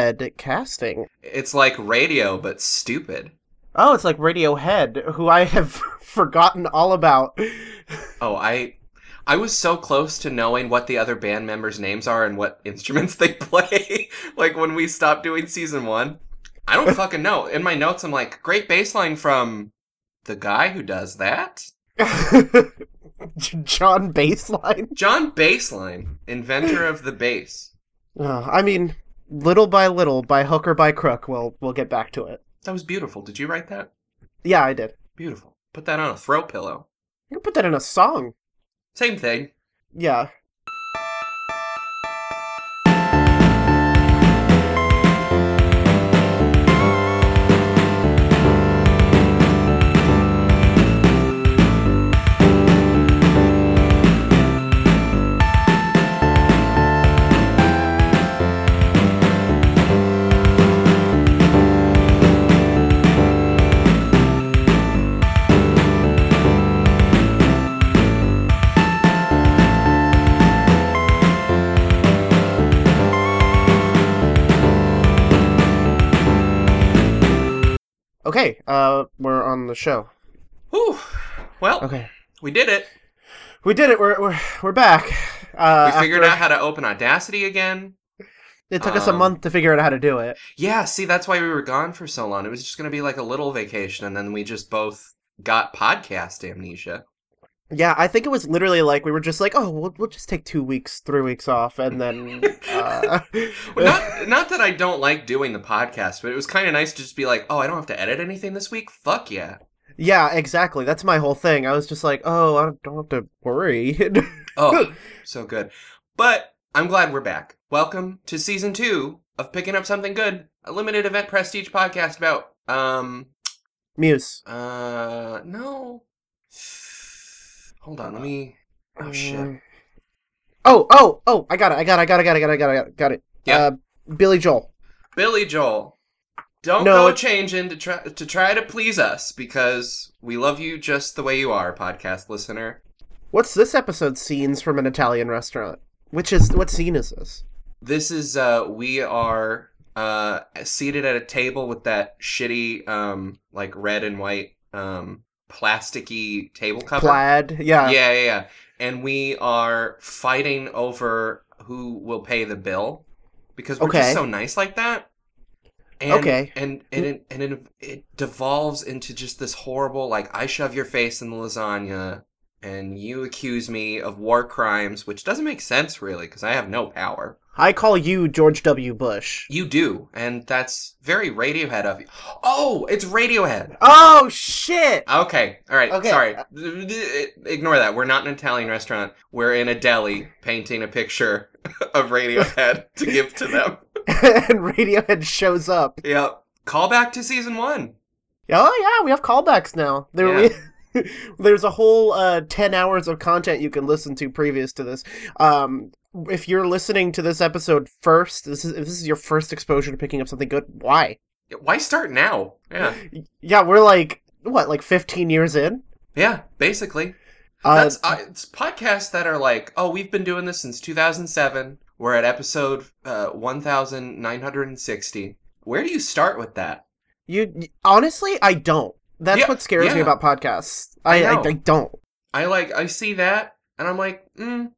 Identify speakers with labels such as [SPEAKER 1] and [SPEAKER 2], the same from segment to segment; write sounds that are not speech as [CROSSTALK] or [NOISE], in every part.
[SPEAKER 1] Podcasting.
[SPEAKER 2] It's like radio, but stupid.
[SPEAKER 1] Oh, it's like Radiohead, who I have [LAUGHS] forgotten all about. [LAUGHS]
[SPEAKER 2] Oh, I I was so close to knowing what the other band members' names are and what [LAUGHS] instruments they play. like when we stopped doing season one. I don't fucking know. In my notes I'm like, great baseline from the guy who does that?
[SPEAKER 1] John Baseline.
[SPEAKER 2] John Baseline, inventor of the bass.
[SPEAKER 1] Uh, I mean, little by little, by hook or by crook, we'll we'll get back to it.
[SPEAKER 2] That was beautiful. Did you write that?
[SPEAKER 1] Yeah, I did.
[SPEAKER 2] Beautiful. Put that on a throw pillow.
[SPEAKER 1] You can put that in a song.
[SPEAKER 2] Same thing.
[SPEAKER 1] Yeah. Okay, uh, we're on the show.
[SPEAKER 2] Whew. Well,
[SPEAKER 1] Okay,
[SPEAKER 2] we did it.
[SPEAKER 1] we did it. We're we're, we're back. Uh,
[SPEAKER 2] we figured
[SPEAKER 1] after-
[SPEAKER 2] out how to open Audacity again.
[SPEAKER 1] It took us a
[SPEAKER 2] um,
[SPEAKER 1] month to figure out how to do it.
[SPEAKER 2] Yeah, see, that's why we were gone for so long. It was just going to be like a little vacation, and then we just both got podcast amnesia.
[SPEAKER 1] Yeah, I think it was literally like we were just like, oh, we'll we'll just take two weeks, three weeks off, and
[SPEAKER 2] [LAUGHS]
[SPEAKER 1] then. Uh,
[SPEAKER 2] Well, not, not that I don't like doing the podcast, but it was kind of nice to just be like, oh, I don't have to edit anything this week? Fuck yeah.
[SPEAKER 1] yeah, exactly. That's my whole thing. I was just like, oh, I don't have to worry. [LAUGHS]
[SPEAKER 2] Oh, so good. But I'm glad we're back. Welcome to season two of Picking Up Something Good, a limited event prestige podcast about, um,
[SPEAKER 1] Muse.
[SPEAKER 2] uh, no. [SIGHS] Hold on, let me. Oh, shit.
[SPEAKER 1] Um, Oh, oh, oh! I got it! I got it! I got it! I got it! I got it! I got it! Got it.
[SPEAKER 2] Yeah.
[SPEAKER 1] Uh, Billy Joel.
[SPEAKER 2] Billy Joel, don't
[SPEAKER 1] No,
[SPEAKER 2] go
[SPEAKER 1] it's-
[SPEAKER 2] changing to try to try to please us because we love you just the way you are, podcast listener.
[SPEAKER 1] What's this episode? Scenes from an Italian restaurant. Which is what scene is this?
[SPEAKER 2] This is uh we are uh seated at a table with that shitty um like red and white um plasticky table cover.
[SPEAKER 1] Plaid. Yeah.
[SPEAKER 2] Uh-huh. yeah, yeah, yeah. And we are fighting over who will pay the bill because we're
[SPEAKER 1] Okay.
[SPEAKER 2] just so nice like that. And,
[SPEAKER 1] Okay.
[SPEAKER 2] And and it, and it, it devolves into just this horrible like I shove your face in the lasagna and you accuse me of war crimes, which doesn't make sense really because I have no power.
[SPEAKER 1] I call you George W. Bush.
[SPEAKER 2] You do, and that's very Radiohead of you. Oh, it's Radiohead.
[SPEAKER 1] Oh shit! [LAUGHS]
[SPEAKER 2] Okay. All right.
[SPEAKER 1] Okay. uh,
[SPEAKER 2] Sorry. Ignore that. We're not an Italian restaurant. We're in a deli painting a picture [LAUGHS] of Radiohead to give to
[SPEAKER 1] [LAUGHS]
[SPEAKER 2] them.
[SPEAKER 1] and Radiohead shows up.
[SPEAKER 2] Yep. Call back to season one.
[SPEAKER 1] Oh yeah, we have callbacks now. There
[SPEAKER 2] Yeah.
[SPEAKER 1] we, [LAUGHS] there's a whole uh, ten hours of content you can listen to previous to this. Um, if you're listening to this episode first, this is if this is your first exposure to picking up something good. Why?
[SPEAKER 2] Why start now? Yeah.
[SPEAKER 1] Yeah, we're like what, like 15 years in.
[SPEAKER 2] Yeah. Basically,
[SPEAKER 1] Uh,
[SPEAKER 2] that's I it's podcasts that are like, oh, we've been doing this since 2007. We're at episode uh, 1960. Where do you start with that?
[SPEAKER 1] you honestly, I don't. That's
[SPEAKER 2] Yeah,
[SPEAKER 1] what scares me
[SPEAKER 2] yeah.
[SPEAKER 1] about podcasts. I
[SPEAKER 2] I
[SPEAKER 1] I, I,
[SPEAKER 2] know.
[SPEAKER 1] don't.
[SPEAKER 2] I like I see that and I'm like, mm,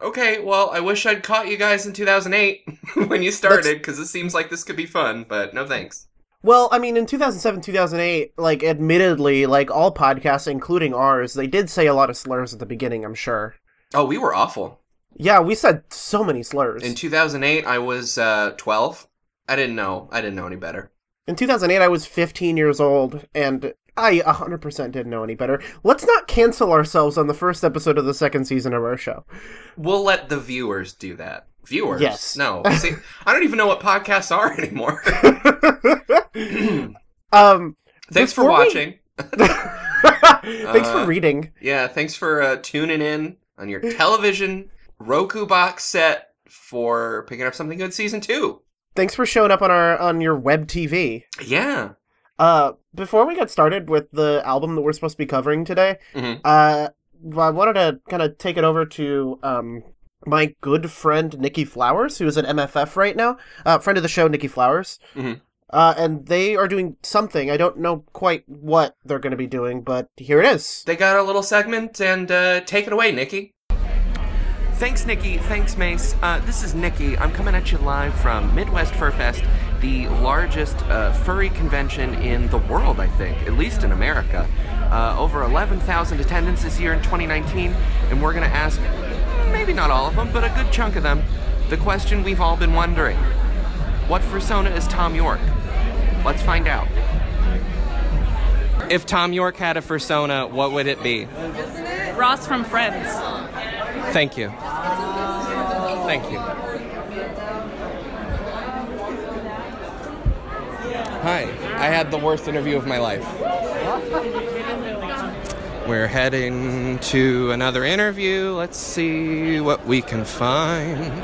[SPEAKER 2] okay, well, I wish I'd caught you guys in 2008 [LAUGHS] when you started because it seems like this could be fun, but no thanks.
[SPEAKER 1] Well, I mean, in 2007, 2008, like, admittedly, like, all podcasts, including ours, they did say a lot of slurs at the beginning, I'm sure.
[SPEAKER 2] Oh, we were awful
[SPEAKER 1] Yeah, we said so many slurs.
[SPEAKER 2] in 2008. I was uh, 12. I didn't know. I didn't know any better.
[SPEAKER 1] In 2008, I was 15 years old, and I 100% didn't know any better. Let's not cancel ourselves on the first episode of the second season of our show. [LAUGHS]
[SPEAKER 2] We'll let the viewers do that. Viewers,
[SPEAKER 1] Yes.
[SPEAKER 2] No, see, I don't even know what podcasts are [LAUGHS] anymore. [CLEARS THROAT]
[SPEAKER 1] um, [LAUGHS]
[SPEAKER 2] thanks for
[SPEAKER 1] Before we-
[SPEAKER 2] watching.
[SPEAKER 1] thanks
[SPEAKER 2] Uh,
[SPEAKER 1] for reading.
[SPEAKER 2] Yeah, thanks for uh, tuning in on your television Roku box set for picking up something good season two.
[SPEAKER 1] Thanks for showing up on our on your web TV.
[SPEAKER 2] Yeah.
[SPEAKER 1] Uh, before we get started with the album that we're supposed to be covering today,
[SPEAKER 2] Mhm.
[SPEAKER 1] uh, well, I wanted to kind of take it over to um, my good friend Nikki Flowers, who is an MFF right now, uh, friend of the show Nikki Flowers,
[SPEAKER 2] Mhm.
[SPEAKER 1] uh, and they are doing something. I don't know quite what they're going to be doing, but here it is.
[SPEAKER 2] They got a little segment, and uh, take it away, Nikki. Thanks, Nikki. Thanks, Mace. Uh, this is Nikki. I'm coming at you live from Midwest Fur Fest, the largest uh, furry convention in the world, I think, at least in America. Uh, over 11,000 attendants this year in 2019, and we're going to ask maybe not all of them, but a good chunk of them the question we've all been wondering What persona is Tom York? Let's find out. If Tom York had a persona, what would it be?
[SPEAKER 3] Ross from Friends.
[SPEAKER 2] Thank you. Thank you. Hi, I had the worst interview of my life. We're heading to another interview. Let's see what we can find.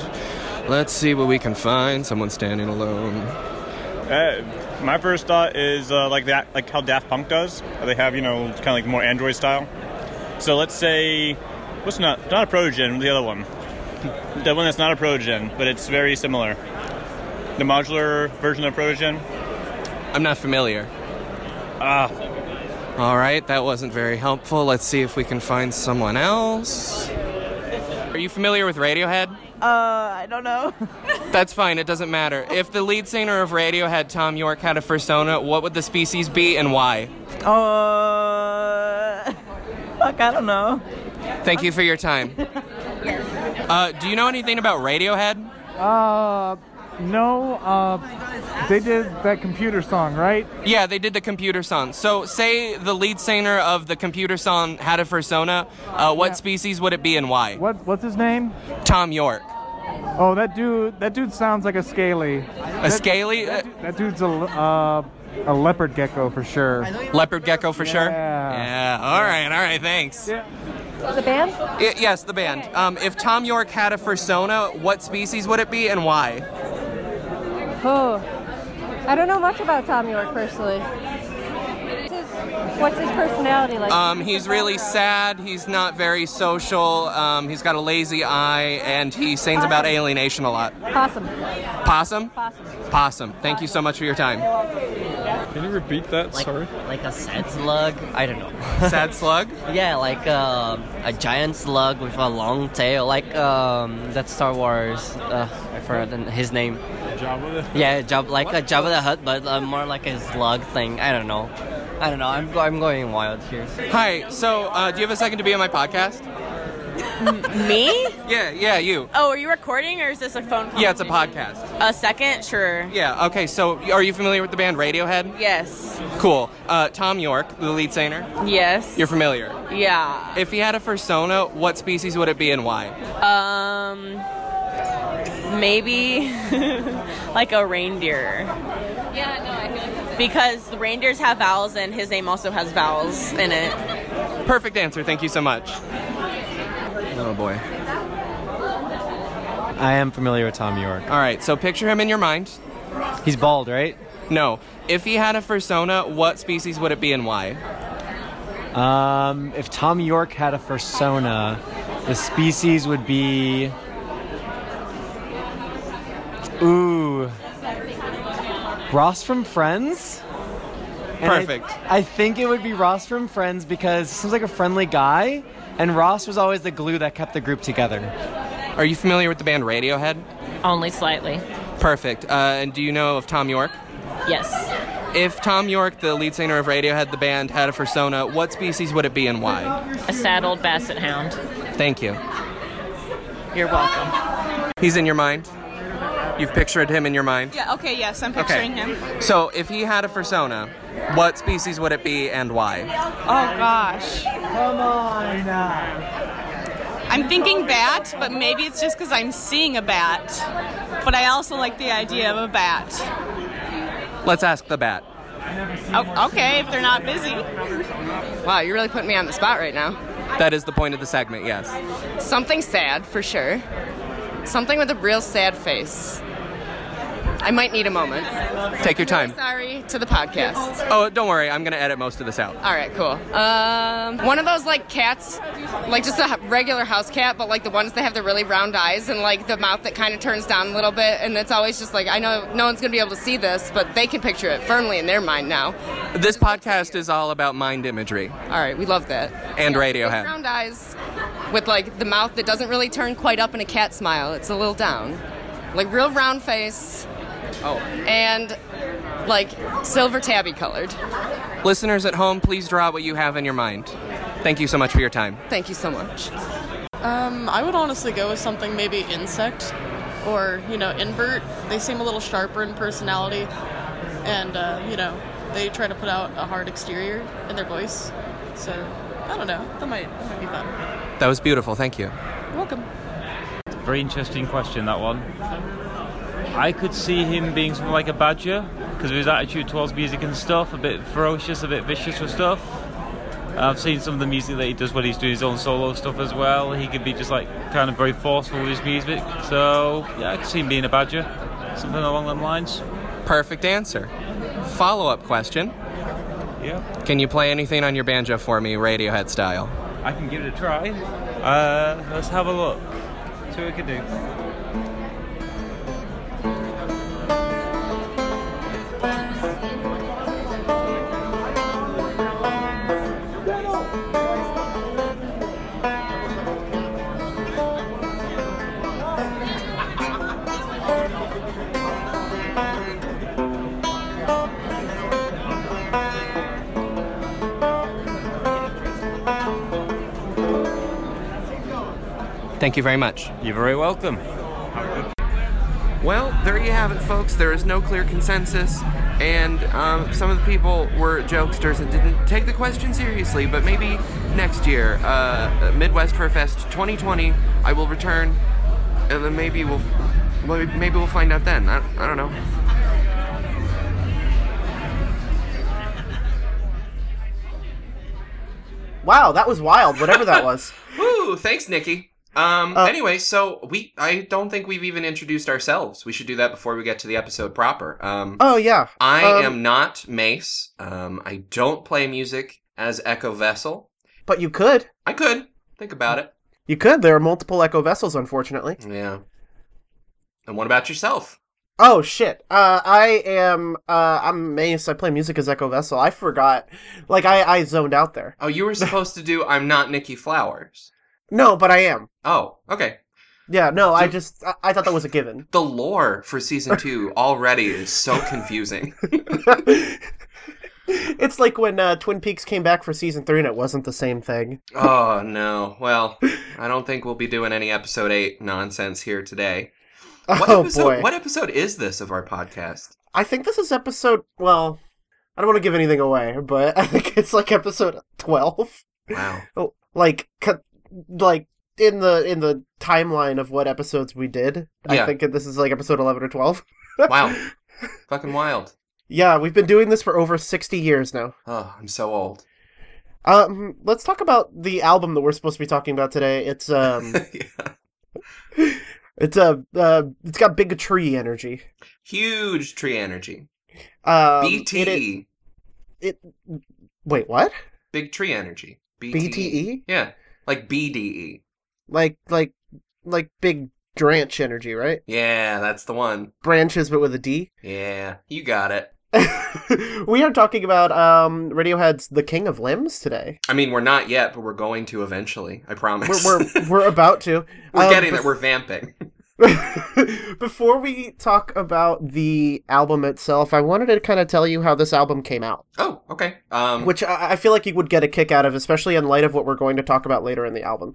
[SPEAKER 2] Let's see what we can find. Someone standing alone.
[SPEAKER 4] Uh, my first thought is uh, like that, like how Daft Punk does. They have you know kind of like more Android style. So let's say what's not not a progen, the other one, the one that's not a progen, but it's very similar. The modular version of progen.
[SPEAKER 2] I'm not familiar.
[SPEAKER 4] Ah,
[SPEAKER 2] All right, that wasn't very helpful. Let's see if we can find someone else. Are you familiar with Radiohead?
[SPEAKER 5] Uh, I don't know. [LAUGHS]
[SPEAKER 2] That's fine, it doesn't matter. If the lead singer of Radiohead, Tom York, had a persona, what would the species be and why?
[SPEAKER 5] Uh, fuck, I don't know.
[SPEAKER 2] Thank you for
[SPEAKER 5] [LAUGHS]
[SPEAKER 2] your time. Uh, do you know anything about Radiohead?
[SPEAKER 6] Uh, no. Uh, they did that computer song, right?
[SPEAKER 2] Yeah, they did the computer song. So, say the lead singer of the computer song had a persona, uh, what species would it be and why?
[SPEAKER 6] What What's his name?
[SPEAKER 2] Tom York.
[SPEAKER 6] Oh, that dude. That dude sounds like a scaly.
[SPEAKER 2] A scaly uh,
[SPEAKER 6] That dude's a le- uh, a leopard gecko for sure.
[SPEAKER 2] leopard gecko for sure?
[SPEAKER 6] Yeah.
[SPEAKER 2] Yeah, all right, all right, thanks.
[SPEAKER 6] Yeah.
[SPEAKER 7] The band?
[SPEAKER 2] Y- yes, the band. Um, if Tom York had a persona, what species would it be and why?
[SPEAKER 7] Oh, I don't know much about Tom York personally. What's his, what's his personality like?
[SPEAKER 2] Um, he's really sad. He's not very social. Um, he's got a lazy eye, and he sings about alienation a lot.
[SPEAKER 7] Possum.
[SPEAKER 2] Possum?
[SPEAKER 7] Possum.
[SPEAKER 2] Possum. Thank you so much for your time.
[SPEAKER 8] Can you repeat that?
[SPEAKER 9] like
[SPEAKER 8] Sorry.
[SPEAKER 9] like a sad slug. I don't know. [LAUGHS]
[SPEAKER 2] Sad slug?
[SPEAKER 9] yeah, like um, a giant slug with a long tail, like um, that Star Wars. Uh, I forgot the- his name. Yeah, Jab like a Jabba the Hutt, but uh, more like a slug thing. I don't know. I don't know. I'm go- I'm going wild here.
[SPEAKER 2] Hi, so uh, do you have a second to be on my podcast?
[SPEAKER 3] Me?
[SPEAKER 2] Yeah, yeah, you.
[SPEAKER 3] Oh, are you recording or is this a phone call?
[SPEAKER 2] Yeah, it's a podcast.
[SPEAKER 3] A second? Sure.
[SPEAKER 2] Yeah, okay, so are you familiar with the band Radiohead?
[SPEAKER 3] Yes.
[SPEAKER 2] Cool. Uh, Tom York, the lead singer,
[SPEAKER 3] Yes.
[SPEAKER 2] you're familiar.
[SPEAKER 3] yeah.
[SPEAKER 2] If he had a persona, what species would it be and why?
[SPEAKER 3] Um. Maybe [LAUGHS] like a reindeer. Yeah, no, I feel like Because the reindeers have vowels and his name also has vowels in it.
[SPEAKER 2] Perfect answer, thank you so much. Oh boy.
[SPEAKER 8] I am familiar with Tom York.
[SPEAKER 2] All right, so picture him in your mind.
[SPEAKER 8] He's bald, right?
[SPEAKER 2] No. If he had a persona, what species would it be and why?
[SPEAKER 8] Um, if Tom York had a persona, the species would be. Ooh. Ross from Friends? And I-
[SPEAKER 2] Perfect.
[SPEAKER 8] I, think it would be Ross from Friends because he seems like a friendly guy, and Ross was always the glue that kept the group together.
[SPEAKER 2] Are you familiar with the band Radiohead?
[SPEAKER 3] Only slightly.
[SPEAKER 2] Perfect. Uh, and do you know of Tom York?
[SPEAKER 3] Yes.
[SPEAKER 2] If Tom York, the lead singer of Radiohead, the band, had a persona, what species would it be and why?
[SPEAKER 3] A saddled basset hound.
[SPEAKER 2] Thank you.
[SPEAKER 3] You're welcome.
[SPEAKER 2] He's in your mind? You've pictured him in your mind?
[SPEAKER 3] Yeah, okay, yes, I'm
[SPEAKER 2] picturing
[SPEAKER 3] him.
[SPEAKER 2] So, if he had a persona, what species would it be and why?
[SPEAKER 3] Oh gosh. Come on. I'm thinking bat, but maybe it's just because I'm seeing a bat. But I also like the idea of a bat.
[SPEAKER 2] Let's ask the bat.
[SPEAKER 3] Oh, okay, if they're not busy. Wow, you're really putting me on the spot right now.
[SPEAKER 2] That is the point of the segment, yes.
[SPEAKER 3] Something sad, for sure. Something with a real sad face.
[SPEAKER 10] I might need a moment.
[SPEAKER 2] Take your time.
[SPEAKER 10] Sorry to the podcast.
[SPEAKER 2] Oh, don't worry. I'm going to edit most of this out.
[SPEAKER 10] All right, cool. Um, one of those like cats, like just a regular house cat, but like the ones that have the really round eyes and like the mouth that kind of turns down a little bit. And it's always just like I know no one's gonna be able to see this, but they can picture it firmly in their mind now.
[SPEAKER 2] This podcast is all about mind imagery. All
[SPEAKER 10] right, we love that.
[SPEAKER 2] And
[SPEAKER 10] Big
[SPEAKER 2] Radiohead.
[SPEAKER 10] round eyes, with like the mouth that doesn't really turn quite up in a cat smile. It's a little down, like real round face.
[SPEAKER 2] Oh.
[SPEAKER 10] And like silver tabby colored.
[SPEAKER 2] Listeners at home, please draw what you have in your mind. Thank you so much for your time.
[SPEAKER 10] Thank you so much.
[SPEAKER 11] Um, I would honestly go with something maybe insect or, you know, invert. They seem a little sharper in personality and, uh, you know, they try to put out a hard exterior in their voice. So, I don't know. That might, that might be fun.
[SPEAKER 2] That was beautiful. Thank you.
[SPEAKER 11] Welcome.
[SPEAKER 12] Very interesting question, that one. I could see him being something like a badger because of his attitude towards music and stuff, a bit ferocious, a bit vicious with stuff. I've seen some of the music that he does when he's doing his own solo stuff as well. He could be just like kind of very forceful with his music. So, yeah, I could see him being a badger, something along them lines.
[SPEAKER 2] Perfect answer. Follow up question.
[SPEAKER 12] Yeah.
[SPEAKER 2] Can you play anything on your banjo for me, Radiohead style?
[SPEAKER 12] I can give it a try. Uh, let's have a look. See what we can do.
[SPEAKER 2] Thank you very much.
[SPEAKER 12] You're very welcome.
[SPEAKER 2] Well, there you have it, folks. There is no clear consensus, and um, some of the people were jokesters and didn't take the question seriously. But maybe next year, uh, Midwest Fur Fest 2020, I will return, and then maybe we'll well, maybe we'll find out then. I, I don't know.
[SPEAKER 1] Wow, that was wild. Whatever that was.
[SPEAKER 2] Woo! Thanks, Nikki. Um, anyway, so we I don't think we've even introduced ourselves. We should do that before we get to the episode proper. Um,
[SPEAKER 1] Oh yeah.
[SPEAKER 2] I
[SPEAKER 1] Um,
[SPEAKER 2] am not Mace. Um, I don't play music as Echo Vessel.
[SPEAKER 1] But you could.
[SPEAKER 2] I could think about it.
[SPEAKER 1] You could. There are multiple Echo vessels, unfortunately.
[SPEAKER 2] Yeah. And what about yourself?
[SPEAKER 1] Oh shit! Uh, I am. Uh, I'm Mace. I play music as Echo Vessel. I forgot. Like I, I zoned out there. [LAUGHS]
[SPEAKER 2] Oh, you were supposed to do I'm not Nikki Flowers.
[SPEAKER 1] No, but I am.
[SPEAKER 2] Oh, okay.
[SPEAKER 1] Yeah. No, I just. I, I thought that was a given. [LAUGHS]
[SPEAKER 2] The lore for season two already is so confusing.
[SPEAKER 1] It's like when uh, Twin Peaks came back for season three, and it wasn't the same thing.
[SPEAKER 2] oh no. Well, I don't think we'll be doing any episode eight nonsense here today. What
[SPEAKER 1] Oh,
[SPEAKER 2] episode,
[SPEAKER 1] boy.
[SPEAKER 2] What episode is this of our podcast?
[SPEAKER 1] I think this is episode. Well, I don't want to give anything away, but [LAUGHS] I think it's like episode twelve.
[SPEAKER 2] Wow.
[SPEAKER 1] Oh, Like, cut- like in the in the timeline of what episodes we did. I
[SPEAKER 2] Yeah.
[SPEAKER 1] think this is like episode eleven or twelve.
[SPEAKER 2] Wow.
[SPEAKER 1] [LAUGHS]
[SPEAKER 2] Fucking wild.
[SPEAKER 1] Yeah, we've been doing this for over sixty years now.
[SPEAKER 2] Oh, I'm so old. [LAUGHS]
[SPEAKER 1] Um, let's talk about the album that we're supposed to be talking about today. It's
[SPEAKER 2] [LAUGHS]
[SPEAKER 1] um, it's a uh, it's got big tree energy.
[SPEAKER 2] Huge tree energy.
[SPEAKER 1] Um,
[SPEAKER 2] BT.
[SPEAKER 1] It, it, wait, what?
[SPEAKER 2] Big tree energy. E.
[SPEAKER 1] BTE?
[SPEAKER 2] Yeah. Like E. BDE.
[SPEAKER 1] Like like like big branch energy, right?
[SPEAKER 2] Yeah, that's the one.
[SPEAKER 1] Branches, but with a D. [LAUGHS]
[SPEAKER 2] Yeah, you got it.
[SPEAKER 1] We are talking about um Radiohead's "The King of Limbs" today.
[SPEAKER 2] I mean, we're not yet, but we're going to eventually. I promise.
[SPEAKER 1] We're we're, we're about to.
[SPEAKER 2] [LAUGHS] We're
[SPEAKER 1] Um,
[SPEAKER 2] getting
[SPEAKER 1] bef- [LAUGHS]
[SPEAKER 2] it. We're vamping.
[SPEAKER 1] Before we talk about the album itself, I wanted to kind of tell you how this album came out.
[SPEAKER 2] Oh, okay.
[SPEAKER 1] [CLEARS THROAT]
[SPEAKER 2] Um,
[SPEAKER 1] which I, I feel like you would get a kick out of, especially in light of what we're going to talk about later in the album.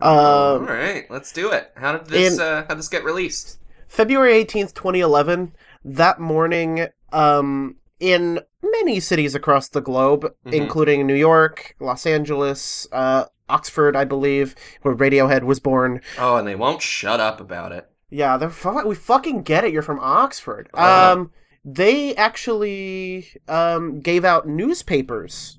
[SPEAKER 2] all
[SPEAKER 1] Um,
[SPEAKER 2] right, let's do it. How did this?
[SPEAKER 1] in-
[SPEAKER 2] uh, how this get released?
[SPEAKER 1] February eighteenth, twenty eleven. That morning, um, in many cities across the globe,
[SPEAKER 2] Mhm.
[SPEAKER 1] including New York, Los Angeles, uh, Oxford, I believe, where Radiohead was born.
[SPEAKER 2] Oh, and they won't shut up about it.
[SPEAKER 1] Yeah, they're fu- we fucking get it. You're from Oxford.
[SPEAKER 2] Uh-huh.
[SPEAKER 1] Um, they actually um, gave out newspapers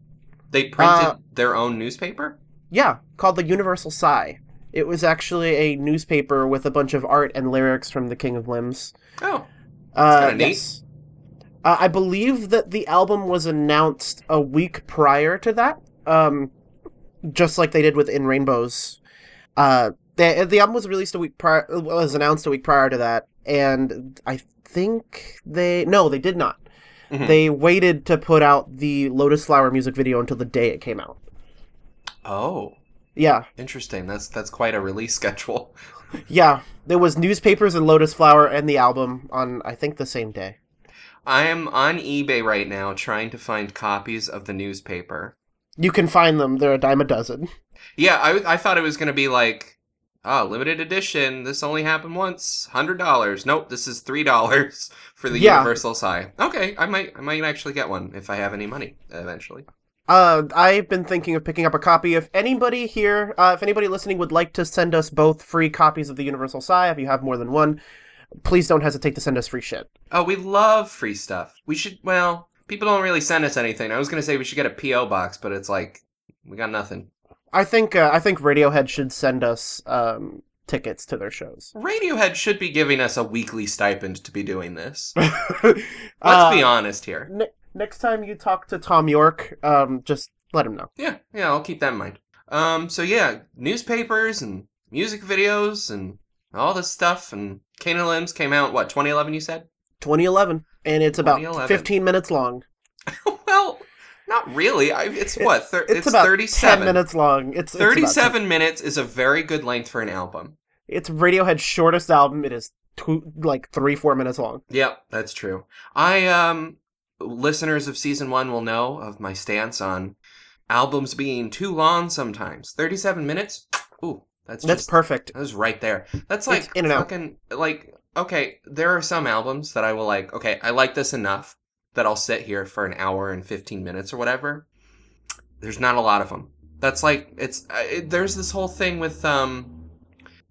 [SPEAKER 2] They printed
[SPEAKER 1] Uh,
[SPEAKER 2] their own newspaper.
[SPEAKER 1] Yeah, called the Universal Sigh. It was actually a newspaper with a bunch of art and lyrics from the King of Limbs.
[SPEAKER 2] Oh,
[SPEAKER 1] Uh,
[SPEAKER 2] kinda neat.
[SPEAKER 1] yes. Uh, I believe that the album was announced a week prior to that, um, just like they did with In Rainbows. Uh, the, the album was released a week prior, was announced a week prior to that, and I think they no, they did not.
[SPEAKER 2] Mhm.
[SPEAKER 1] They waited to put out the Lotus Flower music video until the day it came out.
[SPEAKER 2] Oh,
[SPEAKER 1] Yeah,
[SPEAKER 2] interesting. That's that's quite a release [LAUGHS] schedule.
[SPEAKER 1] yeah. There was newspapers and Lotus Flower and the album on I think the same day.
[SPEAKER 2] I am on eBay right now trying to find copies of the newspaper.
[SPEAKER 1] You can find them; they're a dime a dozen.
[SPEAKER 2] Yeah, I I thought it was gonna be like, ah, limited edition. This only happened once. Hundred dollars. Nope, this is three dollars [LAUGHS] for the
[SPEAKER 1] Yeah.
[SPEAKER 2] Universal Psy. Okay, I might I might actually get one if I have any money eventually.
[SPEAKER 1] Uh, I've been thinking of picking up a copy. If anybody here, uh, if anybody listening would like to send us both free copies of the Universal Psy, if you have more than one, please don't hesitate to send us free shit.
[SPEAKER 2] Oh, we love free stuff. We should. Well, people don't really send us anything. I was gonna say we should get a PO box, but it's like we got nothing.
[SPEAKER 1] I think uh, I think Radiohead should send us um, tickets to their shows.
[SPEAKER 2] Radiohead should be giving us a weekly stipend to be
[SPEAKER 1] [LAUGHS]
[SPEAKER 2] doing this. Let's be
[SPEAKER 1] Uh,
[SPEAKER 2] honest here.
[SPEAKER 1] Ne- next time you talk to Tom York, um, just let him know.
[SPEAKER 2] Yeah, yeah, I'll keep that in mind. Um, so yeah, newspapers and music videos and all this stuff and Kane and Limbs came out what 2011 you said? [LAUGHS]
[SPEAKER 1] 2011, and it's about
[SPEAKER 2] 2011.
[SPEAKER 1] 15 minutes long.
[SPEAKER 2] Not really. I, it's what thir-
[SPEAKER 1] It's,
[SPEAKER 2] it's,
[SPEAKER 1] about
[SPEAKER 2] 37
[SPEAKER 1] 10 minutes long. It's it's about
[SPEAKER 2] 37 minutes is a very good length for an album.
[SPEAKER 1] It's Radiohead's shortest album. It is two, like three, four minutes long.
[SPEAKER 2] Yep, that's true. I um listeners of season 1 will know of my stance on albums being too long sometimes. 37 minutes? Ooh, that's
[SPEAKER 1] That's
[SPEAKER 2] just,
[SPEAKER 1] perfect.
[SPEAKER 2] That's right there.
[SPEAKER 1] It's
[SPEAKER 2] That's like
[SPEAKER 1] in and out.
[SPEAKER 2] fucking like okay, there are some albums that I will like, okay, I like this enough that I'll sit here for an hour and 15 minutes or whatever. There's not a lot of them. That's like it's I- it, there's this whole thing with um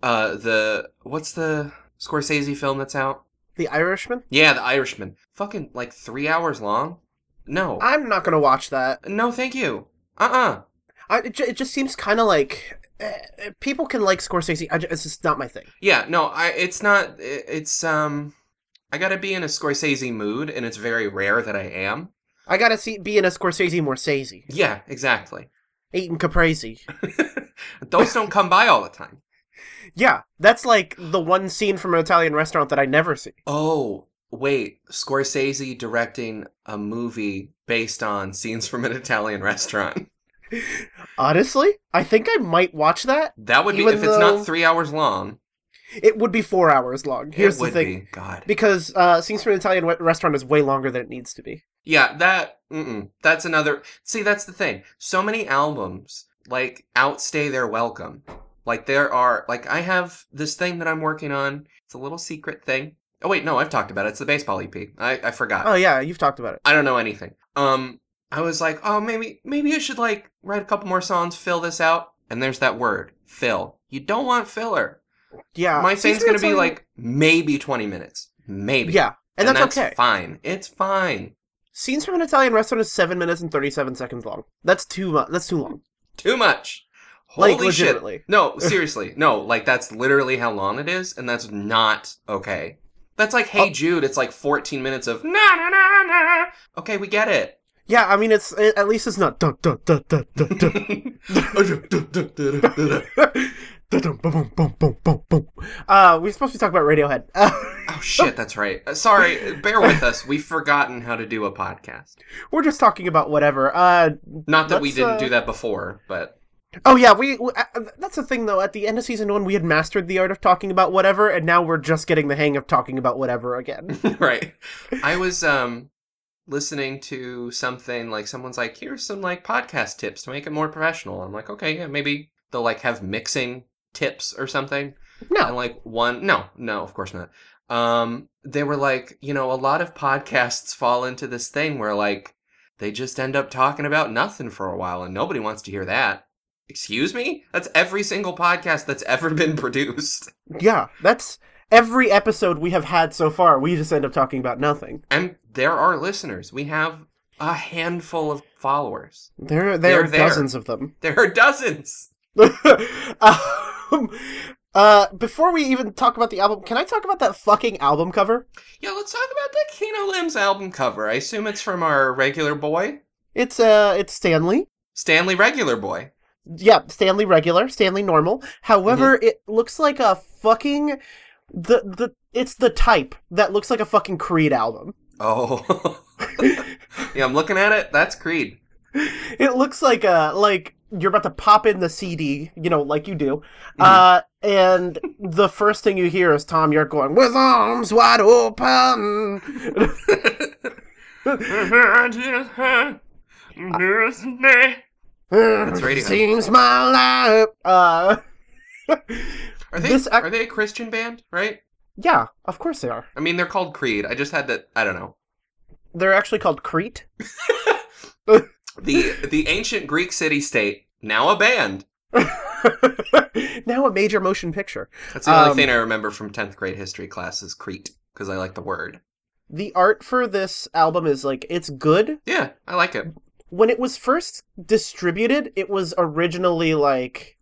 [SPEAKER 2] uh the what's the Scorsese film that's out?
[SPEAKER 1] The Irishman?
[SPEAKER 2] Yeah, The Irishman. Fucking like 3 hours long? No.
[SPEAKER 1] I'm not gonna watch that.
[SPEAKER 2] No, thank you. Uh-uh.
[SPEAKER 1] I, it, ju- it just seems kind of like eh, people can like Scorsese. I ju- it's just not my thing.
[SPEAKER 2] Yeah, no, I it's not it, it's um I got to be in a Scorsese mood and it's very rare that I am.
[SPEAKER 1] I gotta see be in a Scorsese Morsese,
[SPEAKER 2] Yeah, exactly.
[SPEAKER 1] eating caprese.
[SPEAKER 2] Those don't come by all the time.
[SPEAKER 1] Yeah, that's like the one scene from an Italian restaurant that I never see.
[SPEAKER 2] Oh, wait. Scorsese directing a movie based on scenes from an Italian restaurant.
[SPEAKER 1] Honestly, I think I might watch that.
[SPEAKER 2] That would be
[SPEAKER 1] Even
[SPEAKER 2] if it's not
[SPEAKER 1] though-
[SPEAKER 2] three hours long.
[SPEAKER 1] It would be four hours long. Here's
[SPEAKER 2] it
[SPEAKER 1] the
[SPEAKER 2] would
[SPEAKER 1] thing,
[SPEAKER 2] be. God.
[SPEAKER 1] because uh, scenes from an Italian we- restaurant is way longer than it needs to be.
[SPEAKER 2] Yeah, that. Mm-mm, that's another. See, that's the thing. So many albums like outstay their welcome. Like there are. Like I have this thing that I'm working on. It's a little secret thing. Oh wait, no, I've talked about it. It's the baseball EP. I, I forgot.
[SPEAKER 1] Oh yeah, you've talked about it.
[SPEAKER 2] I don't know anything. Um, I was like, oh, maybe maybe I should like write a couple more songs, fill this out, and there's that word, fill. You don't want filler.
[SPEAKER 1] Yeah,
[SPEAKER 2] My
[SPEAKER 1] scenes
[SPEAKER 2] thing's
[SPEAKER 1] from
[SPEAKER 2] gonna be
[SPEAKER 1] Italian-
[SPEAKER 2] like maybe twenty minutes, maybe.
[SPEAKER 1] Yeah, and that's okay.
[SPEAKER 2] Fine, it's fine.
[SPEAKER 1] Scenes from an Italian restaurant is seven minutes and thirty-seven seconds long. That's too much. That's too long.
[SPEAKER 2] Too much. Holy
[SPEAKER 1] Like,
[SPEAKER 2] shit!
[SPEAKER 1] legitimately.
[SPEAKER 2] No, seriously, no. Like that's literally how long it is, and that's not okay. That's like,
[SPEAKER 1] Oh.
[SPEAKER 2] hey Jude, it's like fourteen minutes of na na na na. Okay, we
[SPEAKER 1] [LAUGHS]
[SPEAKER 2] get it. [LAUGHS]
[SPEAKER 1] Yeah, I mean, it's it, at least it's not dun dun dun dun dun dun. [LAUGHS] Dun-dun, boom, boom, boom, boom, boom, boom. Uh, we're supposed to talk about Radiohead. [LAUGHS]
[SPEAKER 2] Oh shit, that's right. Uh, Sorry, bear with us. We've forgotten how to do a podcast.
[SPEAKER 1] we're just talking about whatever. Uh,
[SPEAKER 2] Not that we
[SPEAKER 1] let's,
[SPEAKER 2] didn't
[SPEAKER 1] uh,
[SPEAKER 2] do that before, but
[SPEAKER 1] Oh yeah, we. we uh, uh, that's the thing though. At the end of season one, we had mastered the art of talking about whatever, and now we're just getting the hang of talking about whatever again.
[SPEAKER 2] [LAUGHS] right. I was um listening to something like someone's like, "Here's some like podcast tips to make it more professional." I'm like, "Okay, yeah, maybe they'll like have mixing tips or something."
[SPEAKER 1] No.
[SPEAKER 2] And like one No, no, of course not. Um they were like, you know, a lot of podcasts fall into this thing where like they just end up talking about nothing for a while and nobody wants to hear that. Excuse me? That's every single podcast that's ever been [LAUGHS] produced.
[SPEAKER 1] yeah, that's every episode we have had so far. We just end up talking about nothing.
[SPEAKER 2] And there are listeners. We have a handful of followers.
[SPEAKER 1] There, there
[SPEAKER 2] They're
[SPEAKER 1] are [LAUGHS]
[SPEAKER 2] there.
[SPEAKER 1] dozens of them.
[SPEAKER 2] There are dozens.
[SPEAKER 1] Um, Uh, before we even talk about the album, can I talk about that fucking album cover?
[SPEAKER 2] Yeah, let's talk about the Kino Limbs album cover. I assume it's from our regular boy,
[SPEAKER 1] It's uh, it's Stanley.
[SPEAKER 2] Stanley Regular Boy.
[SPEAKER 1] Yeah, Stanley regular, Stanley normal. However, it looks like a fucking the the it's the type that looks like a fucking Creed album.
[SPEAKER 2] Oh. [LAUGHS] yeah, I'm looking at it. That's Creed.
[SPEAKER 1] It looks like uh like you're about to pop in the CD, you know, like you do. Uh and the first thing you hear is Tom York going with arms wide open. [LAUGHS] That's
[SPEAKER 2] Radiohead.
[SPEAKER 1] Seems my life. Uh, [LAUGHS]
[SPEAKER 2] Are they are they a Christian band, right?
[SPEAKER 1] yeah, of course they are.
[SPEAKER 2] I mean, they're called Creed. I just had to. I don't know.
[SPEAKER 1] They're actually called Crete. [LAUGHS]
[SPEAKER 2] The the ancient Greek city state now a band.
[SPEAKER 1] now a major motion picture.
[SPEAKER 2] That's the only
[SPEAKER 1] Um,
[SPEAKER 2] thing I remember from tenth grade history class is Crete because I like the word.
[SPEAKER 1] The art for this album is like it's good.
[SPEAKER 2] Yeah, I like it.
[SPEAKER 1] When it was first distributed, it was originally like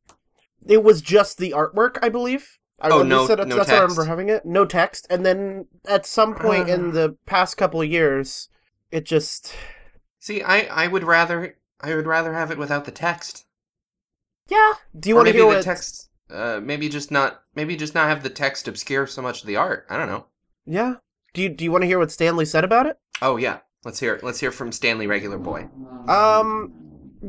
[SPEAKER 1] it was just the artwork, I believe. I
[SPEAKER 2] Oh,
[SPEAKER 1] at
[SPEAKER 2] no-
[SPEAKER 1] least that's,
[SPEAKER 2] no
[SPEAKER 1] that's how I
[SPEAKER 2] text. Ah.
[SPEAKER 1] remember having it. No text, and then at some point in the past couple of years, it just
[SPEAKER 2] See, I I would rather I would rather have it without the text.
[SPEAKER 1] yeah. Do you
[SPEAKER 2] Or
[SPEAKER 1] want to
[SPEAKER 2] maybe
[SPEAKER 1] hear
[SPEAKER 2] the
[SPEAKER 1] what
[SPEAKER 2] text? Uh, maybe just not maybe just not have the text obscure so much of the art. I don't know.
[SPEAKER 1] Yeah. Do you do you want to hear what Stanley said about it?
[SPEAKER 2] Oh yeah, let's hear it. Let's hear from Stanley Regular Boy.
[SPEAKER 1] Um,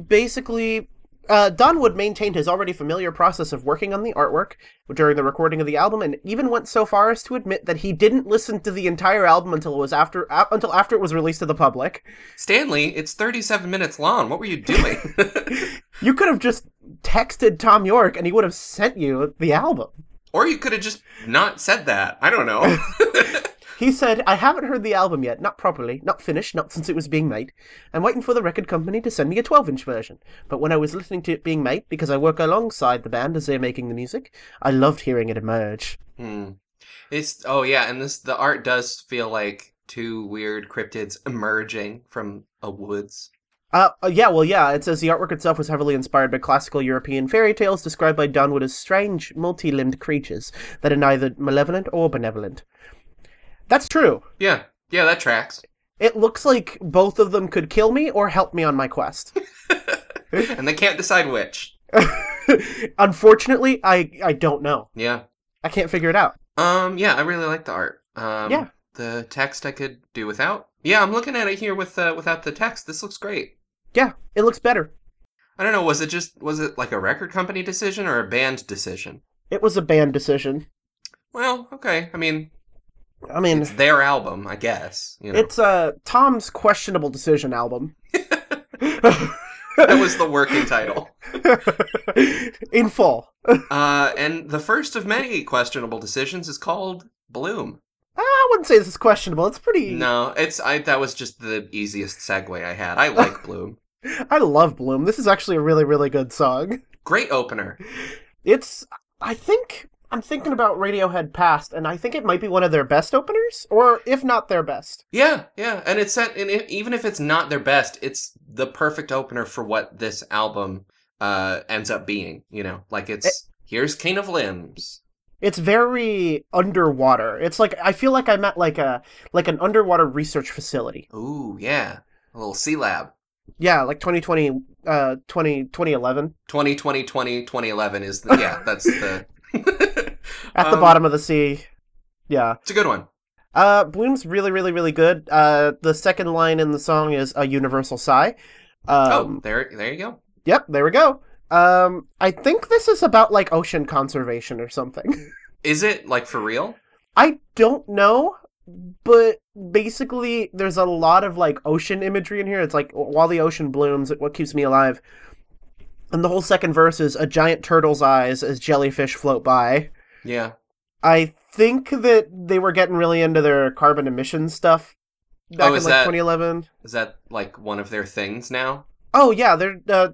[SPEAKER 1] basically, uh, Donwood maintained his already familiar process of working on the artwork during the recording of the album, and even went so far as to admit that he didn't listen to the entire album until it was after uh, until after it was released to the public.
[SPEAKER 2] Stanley, it's 37 minutes long. What were
[SPEAKER 1] [LAUGHS]
[SPEAKER 2] you doing?
[SPEAKER 1] You could have just texted Tom York, and he would have sent you the album.
[SPEAKER 2] or you could have just not said that. I don't know.
[SPEAKER 1] [LAUGHS] He said, I haven't heard the album yet, not properly, not finished, not since it was being made. I'm waiting for the record company to send me a 12 inch version. But when I was listening to it being made, because I work alongside the band as they're making the music, I loved hearing it emerge.
[SPEAKER 2] Hmm. It's oh yeah, and this the art does feel like two weird cryptids emerging from a woods.
[SPEAKER 1] Uh, uh, yeah, well, yeah, it says the artwork itself was heavily inspired by classical European fairy tales described by Donwood as strange, multi limbed creatures that are neither malevolent or benevolent. That's true.
[SPEAKER 2] Yeah, yeah, that tracks.
[SPEAKER 1] It looks like both of them could kill me or help me on my quest. [LAUGHS]
[SPEAKER 2] and they can't decide which.
[SPEAKER 1] Unfortunately, I, I don't know.
[SPEAKER 2] Yeah.
[SPEAKER 1] I can't figure it out.
[SPEAKER 2] Um. Yeah, I really like the art. Um,
[SPEAKER 1] Yeah.
[SPEAKER 2] The text I could do without. Yeah, I'm looking at it here with uh, without the text. This looks great.
[SPEAKER 1] Yeah, it looks better.
[SPEAKER 2] I don't know. Was it just was it like a record company decision or a band decision?
[SPEAKER 1] It was a band decision.
[SPEAKER 2] Well, okay. I mean,
[SPEAKER 1] I mean,
[SPEAKER 2] it's their album, I guess. You know,
[SPEAKER 1] it's uh, Tom's questionable decision album. [LAUGHS]
[SPEAKER 2] that was the working
[SPEAKER 1] [LAUGHS]
[SPEAKER 2] title.
[SPEAKER 1] In full.
[SPEAKER 2] Uh, and the first of many questionable decisions is called Bloom.
[SPEAKER 1] I wouldn't say this is questionable. It's pretty.
[SPEAKER 2] No, it's I. That was just the easiest segue I had. I like Bloom.
[SPEAKER 1] I love Bloom. This is actually a really, really good song.
[SPEAKER 2] Great opener.
[SPEAKER 1] It's. I think. I'm thinking about Radiohead Past, and I think it might be one of their best openers, or if not their best.
[SPEAKER 2] Yeah, yeah, and it's set. And it, even if it's not their best, it's the perfect opener for what this album uh ends up being. You know, like it's here's King of Limbs.
[SPEAKER 1] It's very underwater. It's like I feel like I'm at like a like an underwater research facility.
[SPEAKER 2] Ooh, yeah, a little C Lab.
[SPEAKER 1] Yeah, like 2020, uh, 20, 2011
[SPEAKER 2] 2020, 20, 2011 is the, yeah. That's the. [LAUGHS]
[SPEAKER 1] at the
[SPEAKER 2] Um,
[SPEAKER 1] bottom of the sea. Yeah.
[SPEAKER 2] It's a good one.
[SPEAKER 1] Uh, Bloom's really, really, really good. Uh, the second line in the song is a universal sigh. Um,
[SPEAKER 2] oh, there, there you go.
[SPEAKER 1] Yep, there we go. Um, I think this is about like ocean conservation or something. [LAUGHS]
[SPEAKER 2] Is it like for real?
[SPEAKER 1] I don't know, but basically, there's a lot of like ocean imagery in here. It's like while the ocean blooms, it what keeps me alive. And the whole second verse is a giant turtle's eyes as jellyfish float by.
[SPEAKER 2] Yeah.
[SPEAKER 1] I think that they were getting really into their carbon emission stuff back
[SPEAKER 2] Oh,
[SPEAKER 1] in like
[SPEAKER 2] is that-
[SPEAKER 1] 2011.
[SPEAKER 2] Is that like one of their things now?
[SPEAKER 1] Oh yeah, they're uh,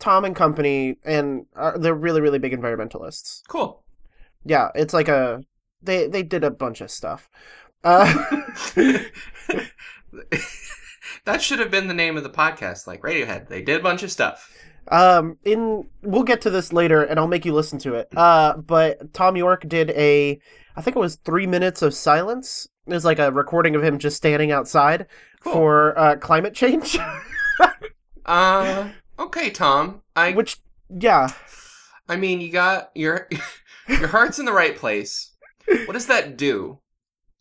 [SPEAKER 1] Tom and company, and uh, they're really really big environmentalists. [LAUGHS]
[SPEAKER 2] Cool.
[SPEAKER 1] Yeah, it's like a they they did a bunch of stuff. Uh, [LAUGHS]
[SPEAKER 2] That should have been the name of the podcast, like Radiohead. They did a bunch of stuff.
[SPEAKER 1] Um, in we'll get to this later, and I'll make you listen to it. Uh, but Tom York did a, I think it was three minutes of silence. It was like a recording of him just standing outside for uh, climate change. [LAUGHS]
[SPEAKER 2] Uh, okay, Tom. I
[SPEAKER 1] which yeah.
[SPEAKER 2] I mean, you got your [LAUGHS] your heart's in the right place. What does that do?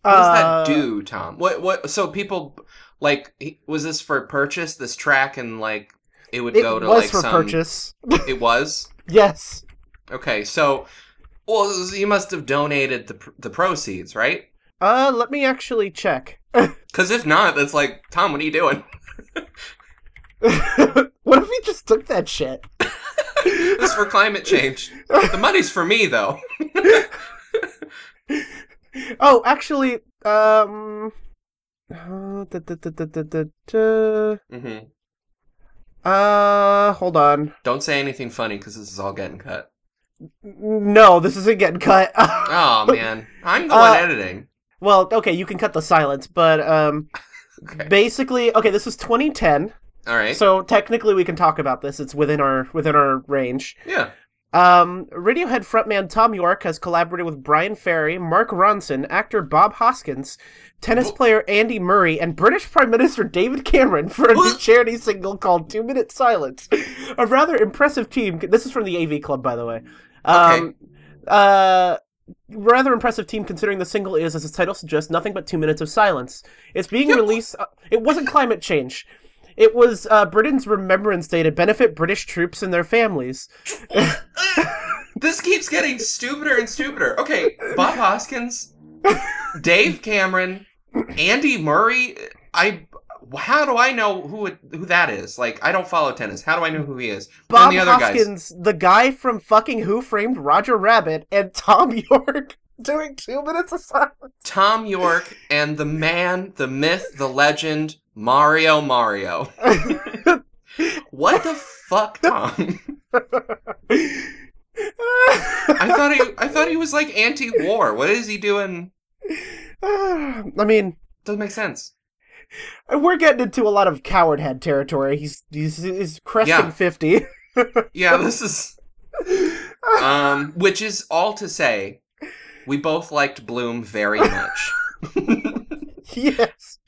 [SPEAKER 2] What does
[SPEAKER 1] Uh,
[SPEAKER 2] that do, Tom? What what? So people like he- was this for purchase? This track and like it would
[SPEAKER 1] It
[SPEAKER 2] go to
[SPEAKER 1] was
[SPEAKER 2] like
[SPEAKER 1] for
[SPEAKER 2] some,
[SPEAKER 1] purchase.
[SPEAKER 2] [LAUGHS] It was.
[SPEAKER 1] yes.
[SPEAKER 2] Okay, so well, you must have donated the pr- the proceeds, right?
[SPEAKER 1] Uh, let me actually check. [LAUGHS]
[SPEAKER 2] Because if not, that's like Tom. What are you doing? [LAUGHS]
[SPEAKER 1] What if he just took that shit?
[SPEAKER 2] this is for climate change. The money's for me, [LAUGHS] though.
[SPEAKER 1] Oh, actually, um, uh, da, da, da, da, da, da, da.
[SPEAKER 2] hmm
[SPEAKER 1] uh, hold on.
[SPEAKER 2] Don't say anything funny because this is all getting cut.
[SPEAKER 1] No, this isn't getting cut. [LAUGHS]
[SPEAKER 2] [LAUGHS] Oh man, I'm the one
[SPEAKER 1] Uh,
[SPEAKER 2] editing.
[SPEAKER 1] Well, okay, you can cut the silence, but
[SPEAKER 2] [LAUGHS]
[SPEAKER 1] um, basically, okay, this was 2010.
[SPEAKER 2] All right.
[SPEAKER 1] So technically, we can talk about this. It's within our within our range.
[SPEAKER 2] Yeah.
[SPEAKER 1] Um, Radiohead frontman Tom York has collaborated with Brian Ferry, Mark Ronson, actor Bob Hoskins, tennis player Andy Murray, and British Prime Minister David Cameron for a new charity single called Two Minute Silence. A rather impressive team. This is from the AV Club, by the way. Um, Uh, rather impressive team considering the single is, as its title suggests, nothing but two minutes of silence. It's being released. Uh, it wasn't climate change. It was uh, Britain's Remembrance Day to benefit British troops and their families.
[SPEAKER 2] This keeps getting stupider and stupider. Okay, Bob Hoskins, Dave Cameron, Andy Murray. I how do I know who it, who that is? Like I don't follow tennis. How do I know who he is? And
[SPEAKER 1] Bob
[SPEAKER 2] the other guys.
[SPEAKER 1] Hoskins, the guy from fucking Who Framed Roger Rabbit, and [LAUGHS] Tom York doing two minutes of silence. [SIGHS]
[SPEAKER 2] Tom York and the man, the myth, the legend, Mario Mario. what the fuck, Tom? I thought he I thought he was like anti-war. What is he doing?
[SPEAKER 1] I mean,
[SPEAKER 2] doesn't make sense.
[SPEAKER 1] We're getting into a lot of coward head territory. He's he's, he's cresting
[SPEAKER 2] Yeah.
[SPEAKER 1] fifty. [LAUGHS]
[SPEAKER 2] Yeah, this is um which is all to say we both liked Bloom very much.
[SPEAKER 1] yes.